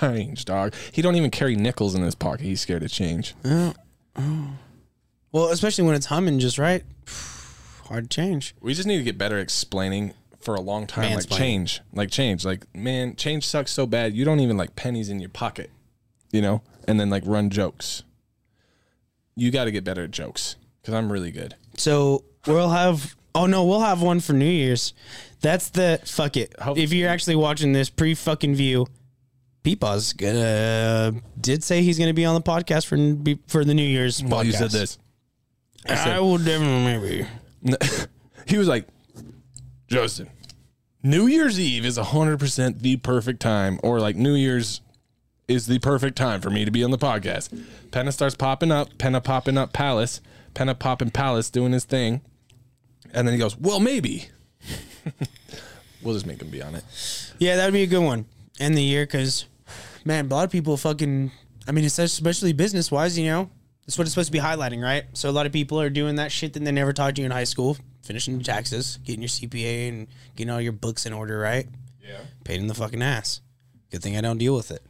S3: change, dog. He don't even carry nickels in his pocket. He's scared of change.
S1: Well, especially when it's humming just right. Hard to change.
S3: We just need to get better at explaining for a long time, like
S1: Mansplaining.
S3: change, like change, like man, change sucks so bad. You don't even like pennies in your pocket, you know, and then like run jokes. You got to get better at jokes because I'm really good.
S1: So we'll have. Oh no, we'll have one for New Year's. That's the fuck it.
S3: Hope-
S1: if you're actually watching this pre fucking view, Peepaw's gonna did say he's gonna be on the podcast for for the New Year's podcast. I, will definitely maybe.
S3: he was like, Justin, New Year's Eve is 100% the perfect time, or like New Year's is the perfect time for me to be on the podcast. Penna starts popping up, Penna popping up Palace, Penna popping Palace doing his thing. And then he goes, Well, maybe. we'll just make him be on it.
S1: Yeah, that'd be a good one. End the year because, man, a lot of people fucking. I mean, it's especially business wise, you know. That's what it's supposed to be highlighting, right? So a lot of people are doing that shit that they never taught you in high school, finishing your taxes, getting your CPA, and getting all your books in order, right?
S3: Yeah.
S1: Pain in the fucking ass. Good thing I don't deal with it,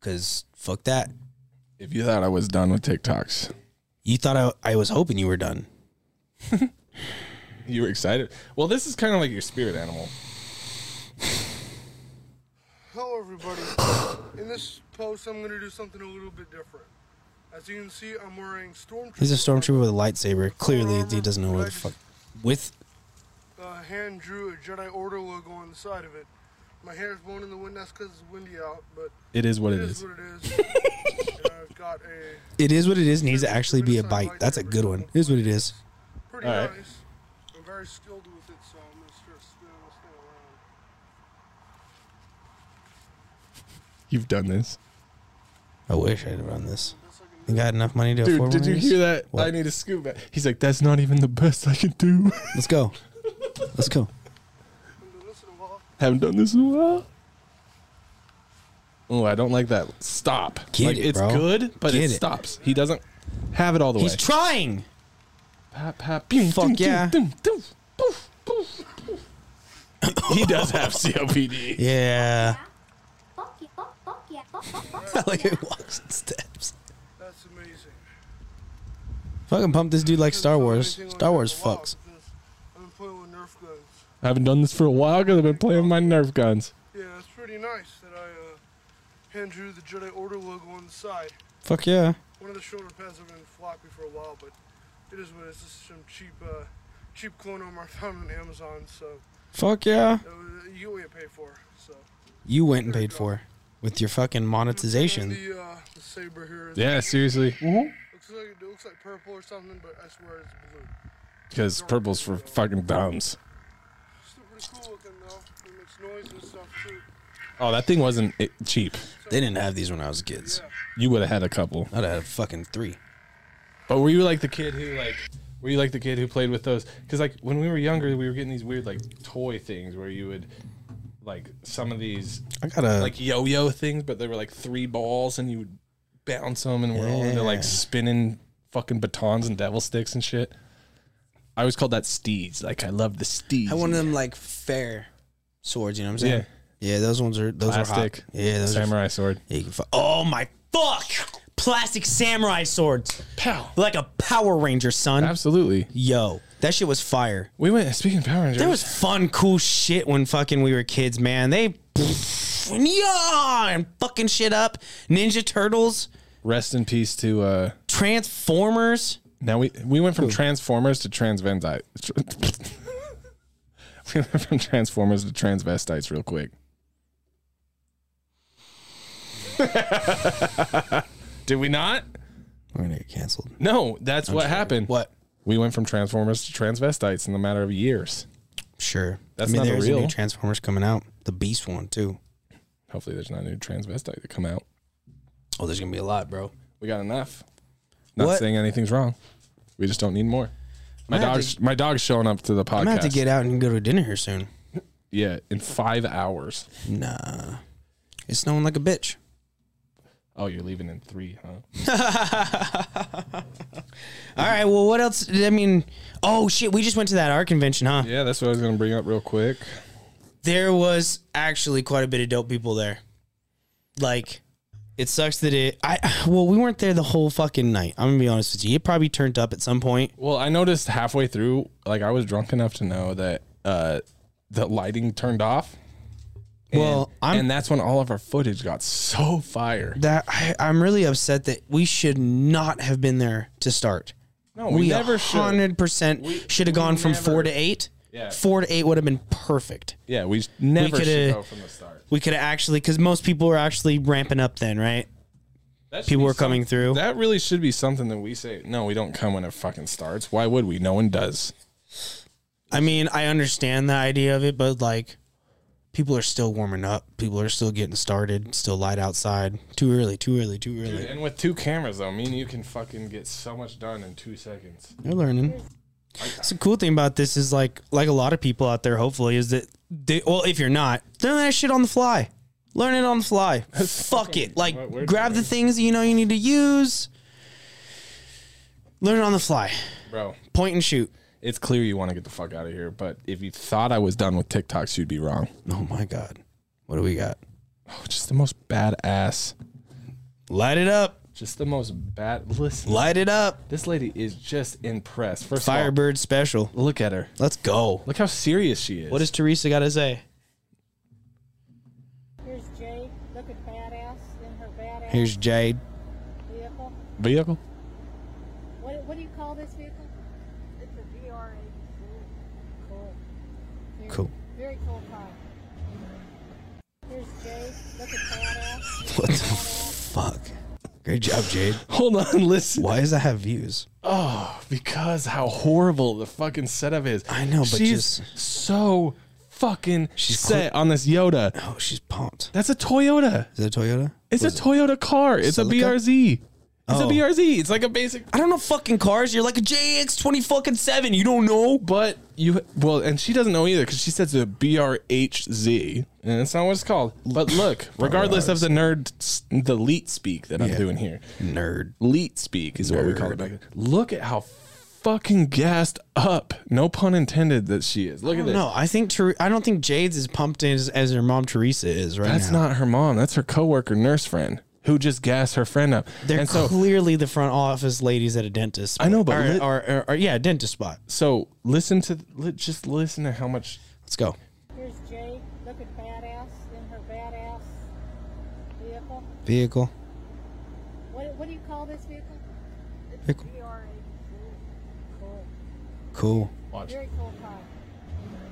S1: cause fuck that.
S3: If you thought I was done with TikToks,
S1: You thought I, I was hoping you were done.
S3: you were excited. Well, this is kind of like your spirit animal.
S4: Hello, everybody. In this post, I'm going to do something a little bit different. As you can see, I'm wearing stormtrooper.
S1: He's a stormtrooper with a lightsaber. Clearly, he doesn't know where the fuck. With
S4: Uh, hand drew a Jedi Order logo on the side of it. My hair's blown in the wind. That's because it's windy out, but
S3: It is what
S4: it
S3: it is.
S4: is what it is. And I've got a
S1: it is what it is. Needs to actually be a bite. That's a good one. It is what it is.
S4: pretty
S3: All right.
S4: nice. I'm very skilled with it, so I'm going to start spinning this thing around.
S3: You've done this.
S1: I wish I'd run this. You got enough money to
S3: Dude,
S1: afford
S3: did
S1: one
S3: you
S1: of these?
S3: hear that?
S1: What?
S3: I need a scoop back. He's like, that's not even the best I can do.
S1: Let's go. Let's go.
S4: I've been doing this in a while.
S3: Haven't done this in a while. Oh, I don't like that. Stop.
S1: Get
S3: like,
S1: it,
S3: it's
S1: bro.
S3: good, but
S1: Get
S3: it,
S1: it.
S3: stops. He doesn't have it all the
S1: He's
S3: way.
S1: trying.
S3: Pap, pap, boom,
S1: Fuck
S3: doom, doom,
S1: yeah.
S3: doom, doom, poof, poof, poof. he does have COPD.
S1: Yeah.
S6: Fuck you, fuck, fuck yeah, fuck, fuck, fuck.
S1: like it walks in steps.
S4: That's amazing.
S1: Fucking pump this dude like Star
S4: Haven't done
S1: Wars.
S4: anything like
S1: Star
S4: that
S1: Wars
S4: in a while,
S1: fucks.
S4: because I've been playing with Nerf guns.
S3: I haven't done this for a while because I've been playing with my Nerf guns.
S4: Yeah, it's pretty nice that I uh, hand drew the Jedi Order logo on the side.
S1: Fuck yeah.
S4: One of the shoulder pads have been floppy for a while, but it is what it is. This is some cheap, uh, cheap clone armor I found on Amazon, so
S1: Fuck yeah.
S4: uh, you get what you pay for. So
S1: You went and paid for with your fucking monetization.
S4: The, uh, the saber here.
S3: Yeah, seriously.
S1: Mm-hmm.
S4: Looks like it looks like purple or something, but I swear it's blue.
S3: Because purple's for fucking thumbs.
S4: Still pretty cool looking though. It makes noise and stuff too.
S3: Oh, that thing wasn't it, cheap.
S1: They didn't have these when I was kids.
S3: You would have had a couple.
S1: I'd have had fucking three.
S3: But were you like the kid who like were you like the kid who played with those? Because like when we were younger, we were getting these weird like toy things where you would like some of these
S1: I got a
S3: like yo-yo things, but they were like three balls and you would bounce them and we're all into like
S1: Yeah.
S3: spinning fucking batons and devil sticks and shit. I always called that steeds. Like I love the steeds.
S1: I had one of them like fair swords, you know what I'm
S3: Yeah.
S1: saying? Yeah, those ones are those
S3: Plastic.
S1: are hot. Yeah, those Are,
S3: Samurai sword.
S1: yeah, you can fi- oh my fuck! Plastic samurai swords, like a Power Ranger, son.
S3: Absolutely.
S1: Yo, that shit was fire.
S3: We went speaking of Power Rangers.
S1: There was fun, cool shit when fucking we were kids, man. They yeah, and fucking shit up. Ninja Turtles,
S3: rest in peace to uh
S1: Transformers.
S3: now we we went from Transformers to transventite. we went from Transformers to transvestites real quick. Did we not?
S1: We're gonna get canceled.
S3: No, that's what happened.
S1: What?
S3: We went from Transformers to transvestites in the matter of years.
S1: Sure.
S3: That's
S1: I mean,
S3: not the
S1: there's a
S3: real.
S1: new Transformers coming out. The Beast one too.
S3: Hopefully, there's not a new transvestite to come out.
S1: Oh, there's gonna be a lot, bro.
S3: We got enough. Not
S1: What?
S3: saying anything's wrong. We just don't need more. My
S1: I'm gonna have
S3: dog's my dog's showing up to the podcast.
S1: I'm gonna have to get out and go to dinner here soon.
S3: yeah in five hours.
S1: Nah, it's snowing like a bitch.
S3: Oh, you're leaving in three, huh?
S1: All right. Well, what else? I mean, oh shit, we just went to that art convention, huh?
S3: Yeah, that's what I was gonna bring up real quick.
S1: there was actually quite a bit of dope people there. Like, it sucks that it. I well, we weren't there the whole fucking night. I'm gonna be honest with you. It probably turned up at some point.
S3: Well, I noticed halfway through, like I was drunk enough to know that uh the lighting turned off.
S1: well, I'm
S3: and that's when all of our footage got so fire.
S1: that I, I'm really upset that we should not have been there to start.
S3: No,
S1: We,
S3: we, never should.
S1: hundred percent
S3: We-
S1: should have
S3: we
S1: gone from four
S3: never-
S1: to eight.
S3: Yeah.
S1: Four to eight would have been perfect.
S3: Yeah, we s- never should
S1: coulda-
S3: go Oh, from the start.
S1: We could have actually, because most people were actually ramping up then, right?
S3: That should
S1: People
S3: be
S1: were coming
S3: some-
S1: through.
S3: That really should be something that we say. No, we don't come when it fucking starts. Why would we? No one does.
S1: I mean, I understand the idea of it, but like, people are still warming up. People are still getting started. Still light outside. Too early. Too early. Too early.
S3: And with two cameras though, me and you can fucking get so much done in two seconds.
S1: They're learning. It's the cool thing about this is like, like a lot of people out there, hopefully, is that they. Well, if you're not, learn that shit on the fly. Learn it on the fly. Fuck it.
S3: what
S1: Like,
S3: we're
S1: grab the
S3: doing.
S1: things that you know you need to use. Learn it on the fly.
S3: Bro,
S1: Point and shoot.
S3: it's clear you want to get the fuck out of here, but if you thought I was done with TikToks, you'd be wrong. Oh,
S1: Oh my god. What do we got?
S3: Just the most badass.
S1: Light it up.
S3: Just the most bad. Listen,
S1: Light it up.
S3: this lady is just impressed. First of
S1: Firebird special.
S3: all, look at her.
S1: Let's go.
S3: Look how serious she is.
S1: What does Teresa got to say?
S5: Here's Jade. Look at badass in her badass
S1: Here's Jade.
S5: vehicle.
S3: vehicle?
S5: What, what do you call this vehicle?
S2: It's a VR.
S5: Cool. Very,
S1: Cool.
S5: Very cool car. Here's Jade. Look at badass.
S1: What the fuck? Great job, Jade.
S3: Hold on, listen.
S1: Why does that have views?
S3: Oh, because how horrible the fucking setup is.
S1: I know, but
S3: she's
S1: just-
S3: so fucking
S1: She's
S3: set on this Yoda.
S1: Oh, she's pumped.
S3: That's a Toyota.
S1: Is it a Toyota?
S3: It's a Toyota car. It's
S1: Celica?
S3: a BRZ. It's
S1: Oh.
S3: a BRZ. It's like a basic
S1: I don't know fucking cars. You're like a JX twenty fucking seven. You don't know.
S3: But you well, and she doesn't know either because she says the BRHZ, and that's not what it's called. But look, regardless of the nerd, s- the leet speak that I'm doing here,
S1: Nerd.
S3: leet speak is what we call it back. then. Look at how fucking gassed up, no pun intended, that she is. Look at this.
S1: No, I think Ter- I don't think Jade's as pumped as, as her mom Teresa is right
S3: That's
S1: now.
S3: not her mom. That's her coworker, nurse friend, who just gassed her friend up.
S1: They're
S3: and so,
S1: clearly the front office ladies at a dentist.
S3: I know, but
S1: or,
S3: lit-
S1: or, or- or- yeah, dentist spot.
S3: so listen to li- just listen to how much
S1: Let's go.
S5: Here's Jade. Look at badass in her badass vehicle.
S1: Vehicle.
S5: What, what do you call this vehicle?
S1: Vehicle.
S5: VR. Cool.
S1: Cool.
S5: Very cool car.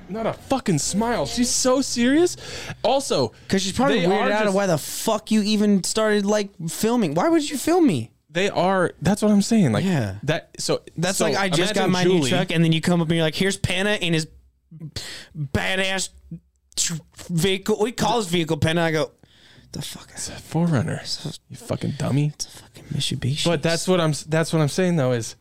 S3: not a fucking smile. She's so serious. Also,
S1: Because she's probably
S3: They
S1: weirded
S3: are
S1: out of
S3: just-
S1: why the fuck you even started like filming. Why would you film me?
S3: they are that's what i'm saying like
S1: Yeah.
S3: that so
S1: That's
S3: so
S1: like I just got
S3: imagine
S1: my new
S3: Julie-
S1: truck, and then you come up and you're like, "Here's Penna in his badass tr- vehicle." We call his vehicle Penna. I go, "The fuck is that
S3: forerunner you fucking dummy
S1: fucking Mitsubishi?"
S3: but that's what i'm that's what i'm saying though is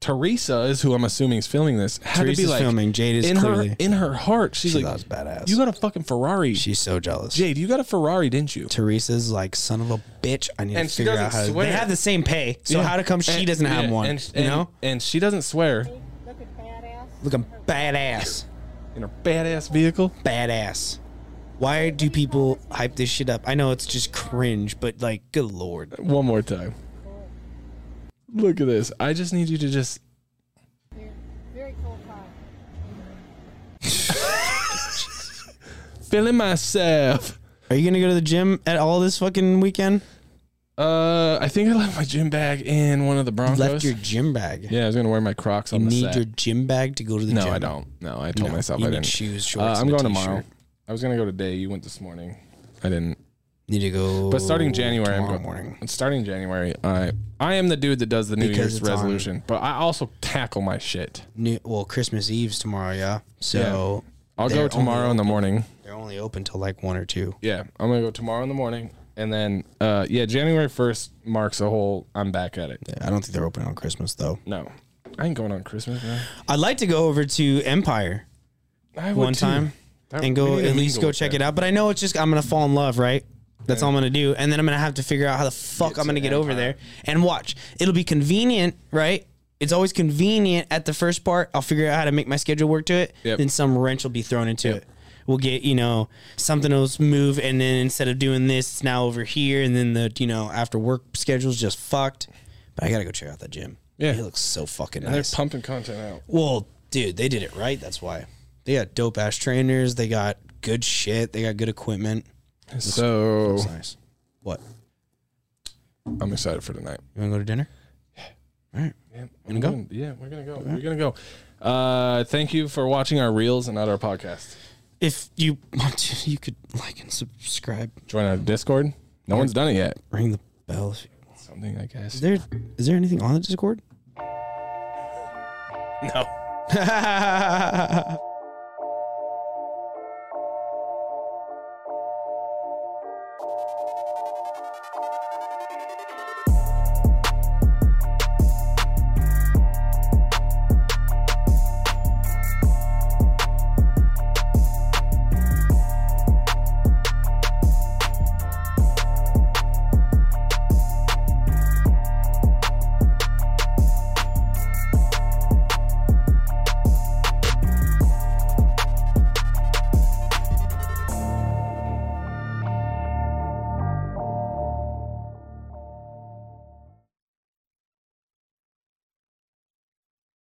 S3: teresa is who i'm assuming is filming this had to
S1: Teresa's
S3: be like
S1: filming. Jade is
S3: in
S1: clearly-
S3: her in her heart she's
S1: She
S3: like
S1: thought it was badass.
S3: you got a fucking ferrari
S1: she's so jealous.
S3: jade you got a ferrari didn't you
S1: Teresa's like, "Son of a bitch, I need
S3: And
S1: to
S3: she
S1: figure
S3: doesn't
S1: out how." To,
S3: swear.
S1: they have the same pay, so
S3: Yeah.
S1: how to come she
S3: And-
S1: doesn't have
S3: yeah,
S1: one?
S3: and,
S1: you
S3: and-
S1: know,
S3: and she doesn't swear
S5: Look at badass.
S1: looking badass,
S3: in her badass vehicle
S1: badass. Why do people hype this shit up? I know it's just cringe, but like, good lord.
S3: One more time. Look at this. I just need you to just.
S5: Very- Very cold car.
S3: Feeling myself.
S1: Are you gonna go to the gym at all this fucking weekend?
S3: Uh, I think I left my gym bag in one of the Broncos.
S1: Left your gym bag.
S3: yeah, I was gonna wear my Crocs on
S1: You
S3: the
S1: need
S3: set.
S1: your gym bag to go to the
S3: no,
S1: gym.
S3: I don't. No, I told
S1: No,
S3: myself
S1: you
S3: I
S1: need
S3: didn't.
S1: shoes,
S3: uh,
S1: shorts,
S3: I'm
S1: and a
S3: going tomorrow.
S1: t-shirt.
S3: I was gonna go today. You went this morning. I didn't.
S1: Need to go.
S3: But starting January, I'm
S1: tomorrow
S3: going.
S1: morning.
S3: Starting January, I I am the dude that does the New
S1: Because
S3: Year's
S1: it's on-
S3: resolution, but I also tackle my shit.
S1: New, well, Christmas Eve's tomorrow, yeah. So
S3: I'll
S1: They're
S3: go tomorrow in the morning.
S1: they're only open till like one or two.
S3: Yeah, I'm gonna go tomorrow in the morning, and then uh, yeah, January first marks a whole. I'm back at it.
S1: I don't think they're open on Christmas though.
S3: No, I ain't going on Christmas. Man.
S1: I'd like to go over to Empire
S3: I would
S1: one
S3: too.
S1: time
S3: That-
S1: and
S3: we
S1: go
S3: need to
S1: at least
S3: mingle
S1: go
S3: with
S1: check
S3: that.
S1: it out. But I know it's just I'm gonna fall in love, right? That's all I'm gonna do, and then I'm gonna have to figure out how the fuck
S3: Get
S1: I'm
S3: to
S1: gonna get over
S3: Empire.
S1: there and watch. It'll be convenient, right? It's always convenient at the first part. I'll figure out how to make my schedule work to it.
S3: Yep.
S1: Then some wrench will be thrown into it. We'll get you know something else move, and then instead of doing this, it's now over here, and then the you know after work schedule's just fucked. But I gotta go check out that gym.
S3: Yeah.
S1: it looks so fucking
S3: And they're
S1: nice.
S3: pumping content out.
S1: Well, dude, they did it right. That's why they got dope ass trainers. They got good shit. They got good equipment.
S3: So
S1: It's nice. What?
S3: I'm excited for tonight.
S1: You want to go to dinner?
S3: Yeah,
S1: Gonna go?
S3: yeah, we're gonna go. We're gonna go. Uh, thank you for watching our reels and not our podcast.
S1: If you want to, you could like and subscribe.
S3: Join our Discord. No one's done it yet.
S1: Ring the bell. If you,
S3: Something I guess.
S1: is there is there anything on the Discord?
S3: No.
S1: All